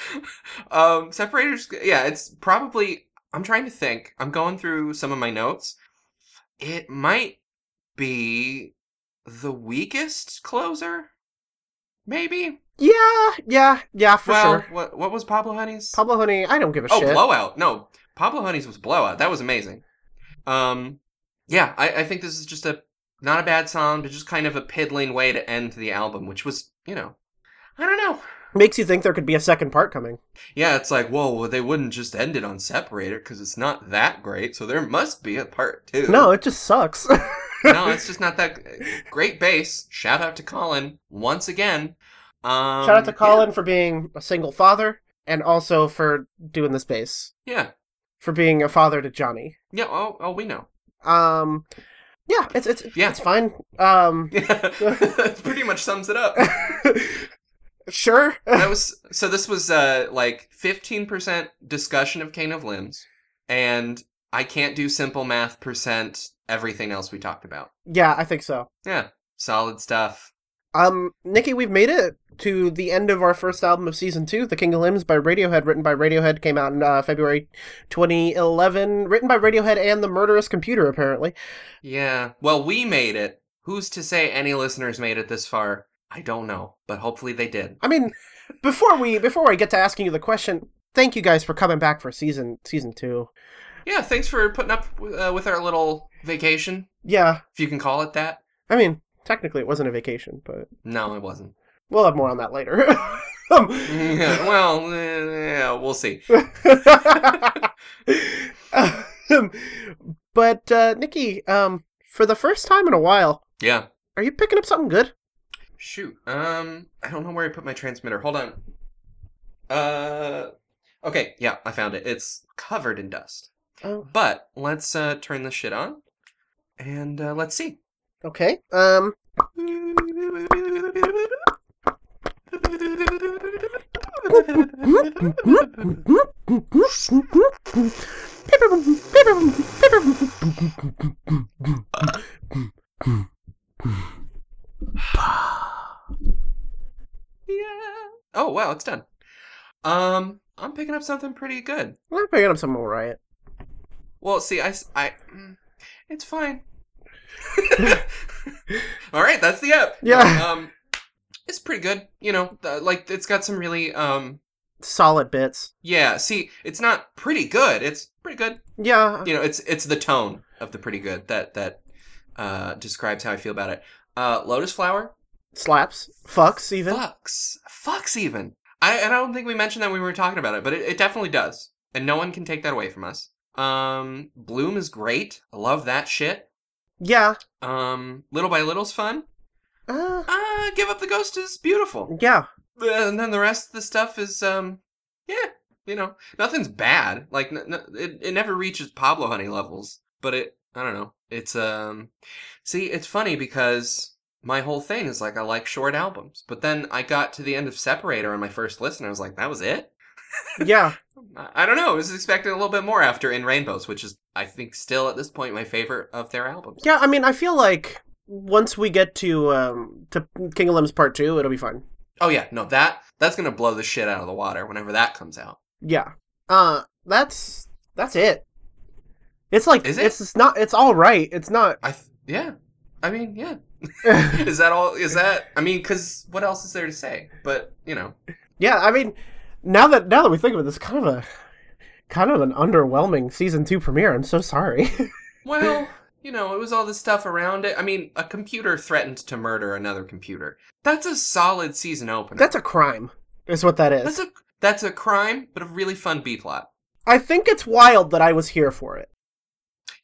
[SPEAKER 2] um, separators. Yeah, it's probably. I'm trying to think. I'm going through some of my notes. It might be the weakest closer. Maybe.
[SPEAKER 1] Yeah, yeah, yeah, for
[SPEAKER 2] well,
[SPEAKER 1] sure.
[SPEAKER 2] what what was Pablo Honey's?
[SPEAKER 1] Pablo Honey, I don't give a
[SPEAKER 2] oh,
[SPEAKER 1] shit.
[SPEAKER 2] blowout. No, Pablo Honey's was blowout. That was amazing. Um, yeah, I, I think this is just a not a bad song, but just kind of a piddling way to end the album, which was you know, I don't know.
[SPEAKER 1] Makes you think there could be a second part coming.
[SPEAKER 2] Yeah, it's like, whoa, well, they wouldn't just end it on Separator because it's not that great, so there must be a part two.
[SPEAKER 1] No, it just sucks.
[SPEAKER 2] [LAUGHS]
[SPEAKER 1] [LAUGHS]
[SPEAKER 2] no, it's just not that great bass. Shout out to Colin once again. Um,
[SPEAKER 1] Shout out to Colin for being a single father and also for doing this bass.
[SPEAKER 2] Yeah,
[SPEAKER 1] For being a father to Johnny.
[SPEAKER 2] yeah. Oh, oh, we
[SPEAKER 1] [LAUGHS]
[SPEAKER 2] know. [LAUGHS]
[SPEAKER 1] Um yeah, it's it's
[SPEAKER 2] Yeah.
[SPEAKER 1] it's fine. Um
[SPEAKER 2] that pretty much sums
[SPEAKER 1] [LAUGHS]
[SPEAKER 2] it up.
[SPEAKER 1] sure.
[SPEAKER 2] that was so. This was uh, like fifteen percent discussion of Cane of Limbs, and I can't do simple math percent everything else we talked about.
[SPEAKER 1] Yeah, I think so.
[SPEAKER 2] Yeah, solid stuff.
[SPEAKER 1] Um Nikki, we've made it to the end of our first album of season 2, The King of Limbs by Radiohead, written by Radiohead, came out in uh, February 2011, written by Radiohead and The Murderous Computer apparently.
[SPEAKER 2] Yeah. Well, we made it. Who's to say any listeners made it this far? I don't know, but hopefully they did.
[SPEAKER 1] I mean, before we before I get to asking you the question, thank you guys for coming back for season season 2.
[SPEAKER 2] Yeah, thanks for putting up uh, with our little vacation,
[SPEAKER 1] Yeah.
[SPEAKER 2] if you can call it that.
[SPEAKER 1] I mean, technically it wasn't a vacation, but
[SPEAKER 2] No, it wasn't. [LAUGHS]
[SPEAKER 1] we'll have more on that later. [LAUGHS] um,
[SPEAKER 2] Yeah, well, eh, yeah, we'll see.
[SPEAKER 1] Um, but uh, Nikki, um, for the first time in a while,
[SPEAKER 2] Yeah.
[SPEAKER 1] are you picking up something good?
[SPEAKER 2] Shoot. Um, I don't know where I put my transmitter. Hold on. Uh, okay. Yeah, I found it. It's covered in dust.
[SPEAKER 1] Oh.
[SPEAKER 2] But let's uh, turn this shit on, and uh, let's see.
[SPEAKER 1] Okay. Um.
[SPEAKER 2] Oh wow, it's done. Um, I'm picking up something pretty good.
[SPEAKER 1] I'm picking up some more riot.
[SPEAKER 2] Well, see, I, s- I- mm, it's fine.
[SPEAKER 1] [LAUGHS]
[SPEAKER 2] [LAUGHS] All right, that's the app.
[SPEAKER 1] Yeah.
[SPEAKER 2] Um, it's pretty good. You know, th- like it's got some really um.
[SPEAKER 1] Solid bits.
[SPEAKER 2] Yeah. See, it's not pretty good. It's pretty good.
[SPEAKER 1] Yeah.
[SPEAKER 2] You know, it's it's the tone of the pretty good that that uh describes how I feel about it. Uh, Lotus Flower
[SPEAKER 1] Slaps. Fucks even.
[SPEAKER 2] Fucks. fucks even. I and I don't think we mentioned that when we were talking about it, but it, it definitely does, and no one can take that away from us. Um, Bloom is great. I love that shit.
[SPEAKER 1] Yeah.
[SPEAKER 2] Um, Little by Little's fun.
[SPEAKER 1] Uh,
[SPEAKER 2] Give Up the Ghost is beautiful. Uh,
[SPEAKER 1] Yeah.
[SPEAKER 2] And then the rest of the stuff is, um, yeah, you know, nothing's bad. Like, n- n- it, it never reaches Pablo Honey levels, but it, I don't know. It's, um, see, it's funny because my whole thing is like, I like short albums, but then I got to the end of Separator on my first listen, and I was like, that was it?
[SPEAKER 1] Yeah.
[SPEAKER 2] I I don't know. I was expecting a little bit more after In Rainbows, which is, I think, still at this point, my favorite of their albums.
[SPEAKER 1] Yeah. I mean, I feel like once we get to um to King of Limbs Part Two, it'll be fine.
[SPEAKER 2] Oh yeah, no that that's gonna blow the shit out of the water whenever that comes out.
[SPEAKER 1] Yeah. Uh, that's that's it. It's like
[SPEAKER 2] Is it?
[SPEAKER 1] it's it's not it's all right. It's not.
[SPEAKER 2] I Yeah, I mean yeah. [LAUGHS] is that all? Is that I mean, because what else is there to say? But you know,
[SPEAKER 1] Yeah, I mean, now that now that we think of it, it's kind of a kind of an underwhelming season two premiere. I'm so sorry. [LAUGHS]
[SPEAKER 2] well, you know, it was all the stuff around it. I mean, a computer threatened to murder another computer. That's a solid season opener.
[SPEAKER 1] That's a crime. Is what that
[SPEAKER 2] that's
[SPEAKER 1] is.
[SPEAKER 2] a that's a crime, but a really fun B plot.
[SPEAKER 1] I think it's wild that I was here for it.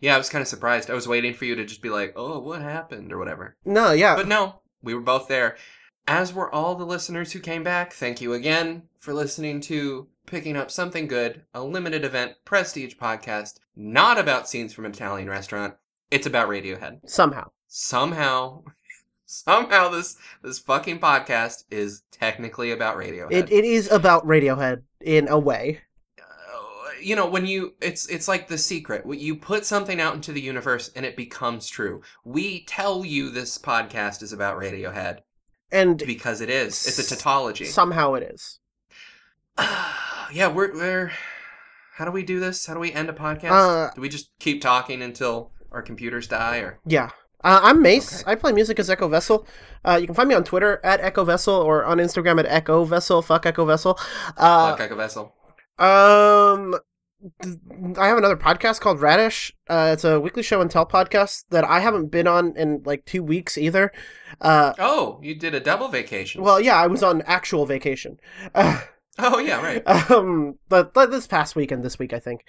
[SPEAKER 2] Yeah, I was kind of surprised. I was waiting for you to just be like, "Oh, what happened?" or whatever.
[SPEAKER 1] No, yeah.
[SPEAKER 2] But no, we were both there. As were all the listeners who came back. Thank you again for listening to Picking Up Something Good, a limited event prestige podcast, not about scenes from an Italian restaurant. It's about Radiohead.
[SPEAKER 1] Somehow.
[SPEAKER 2] Somehow, [LAUGHS] somehow this this fucking podcast is technically about Radiohead.
[SPEAKER 1] It it is about Radiohead in a way.
[SPEAKER 2] you know when you it's it's like the secret When you put something out into the universe and it becomes true we tell you this podcast is about radiohead
[SPEAKER 1] and
[SPEAKER 2] because it is it's a tautology
[SPEAKER 1] Somehow it is.
[SPEAKER 2] yeah we're, we're how do we do this how do we end a podcast
[SPEAKER 1] Uh,
[SPEAKER 2] do we just keep talking until our computers die or
[SPEAKER 1] Yeah. Uh, I'm Mace. I play music as Echo Vessel. Uh, you can find me on Twitter at Echo Vessel or on Instagram at Echo Vessel. Fuck Echo Vessel. Uh,
[SPEAKER 2] fuck like a vessel
[SPEAKER 1] Um, th- I have another podcast called Radish. Uh, it's a weekly show and tell podcast that I haven't been on in like two weeks either. Uh,
[SPEAKER 2] oh you did a double vacation
[SPEAKER 1] well, yeah, I was on actual vacation. [LAUGHS] Uh,
[SPEAKER 2] oh yeah right
[SPEAKER 1] um, but, but this past week and this week, I think.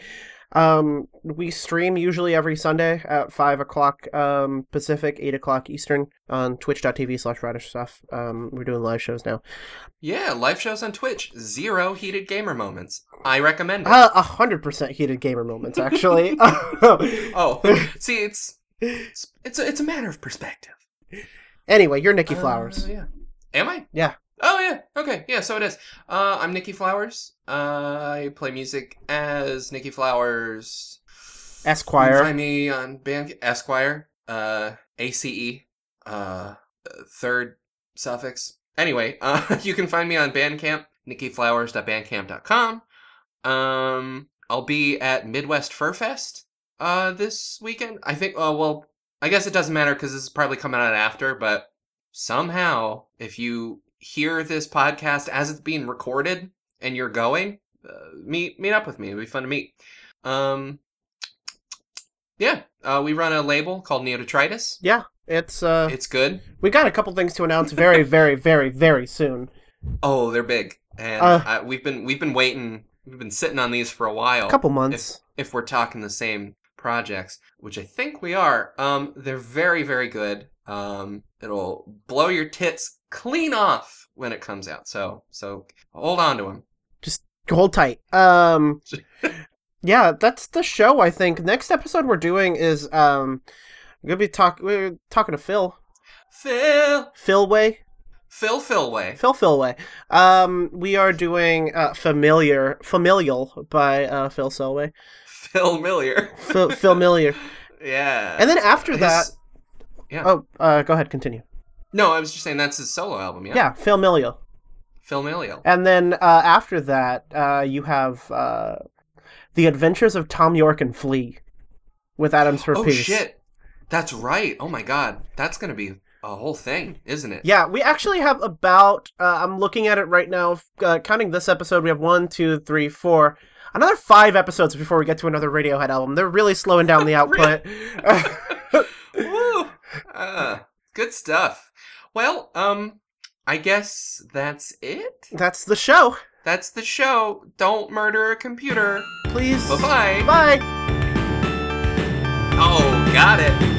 [SPEAKER 1] Um, we stream usually every Sunday at five o'clock um Pacific, eight o'clock Eastern on twitch.tv slash radish stuff. Um, we're doing live shows now.
[SPEAKER 2] yeah live shows on twitch zero heated gamer moments i recommend it.
[SPEAKER 1] Uh, a hundred percent heated gamer moments, actually. [LAUGHS]
[SPEAKER 2] oh see it's it's it's a, it's a matter of perspective
[SPEAKER 1] anyway, you're Nikki
[SPEAKER 2] Uh,
[SPEAKER 1] Flowers.
[SPEAKER 2] yeah. am i
[SPEAKER 1] Yeah.
[SPEAKER 2] Oh yeah. Okay. Yeah. So it is. Uh, I'm Nikki Flowers. Uh, I play music as Nikki Flowers. You can
[SPEAKER 1] Esquire.
[SPEAKER 2] find me on Band Esquire. Uh, Ace. Uh, third suffix. Anyway, [LAUGHS] uh, you can find me on Bandcamp. NikkiFlowers.bandcamp.com. Um, I'll be at Midwest Fur Fest. Uh, this weekend. I think. Uh, well, I guess it doesn't matter because this is probably coming out after, but somehow if you hear this podcast as it's being recorded and you're going uh, meet meet up with me it'd be fun to meet um yeah uh, we run a label called neodetritus
[SPEAKER 1] Yeah, it's uh,
[SPEAKER 2] it's good
[SPEAKER 1] we got a couple things to announce very, very, very, very soon.
[SPEAKER 2] oh they're big and
[SPEAKER 1] Uh.
[SPEAKER 2] I, we've been we've been waiting we've been sitting on these for a while
[SPEAKER 1] Couple months.
[SPEAKER 2] if, if we're talking the same projects which i think we are um they're very very good um it'll blow your tits clean off when it comes out so so hold on to them
[SPEAKER 1] Hold tight. Um, yeah, that's the show. I think next episode we're doing is um, we're gonna be talk. We're talking to Phil.
[SPEAKER 2] Phil.
[SPEAKER 1] Phil way.
[SPEAKER 2] Phil Philway.
[SPEAKER 1] Phil Philway. Um, we are doing uh, familiar familial by uh, Phil Selway.
[SPEAKER 2] [LAUGHS] Phil Millier. [LAUGHS]
[SPEAKER 1] Phil familiar.
[SPEAKER 2] Yeah.
[SPEAKER 1] And then after
[SPEAKER 2] His-
[SPEAKER 1] that,
[SPEAKER 2] yeah.
[SPEAKER 1] oh, uh, go ahead, continue.
[SPEAKER 2] No, I was just saying that's his solo album. Yeah.
[SPEAKER 1] Yeah, familial.
[SPEAKER 2] Phil Milial.
[SPEAKER 1] And then uh, after that, uh, you have uh, the Adventures of Tom York and Flea with Adams for
[SPEAKER 2] Oh
[SPEAKER 1] Peace.
[SPEAKER 2] shit, that's right. Oh my god, that's gonna be a whole thing, isn't it?
[SPEAKER 1] Yeah, we actually have about. Uh, I'm looking at it right now. f- Uh, counting this episode, we have one, two, three, four. Another five episodes before we get to another Radiohead album. They're really slowing down
[SPEAKER 2] [LAUGHS]
[SPEAKER 1] the output.
[SPEAKER 2] Woo! Ah, good stuff. Well, um, I guess that's it.
[SPEAKER 1] [LAUGHS] That's the show.
[SPEAKER 2] That's the show. Don't murder a computer.
[SPEAKER 1] Please.
[SPEAKER 2] Bye bye.
[SPEAKER 1] Bye.
[SPEAKER 2] Oh, got it.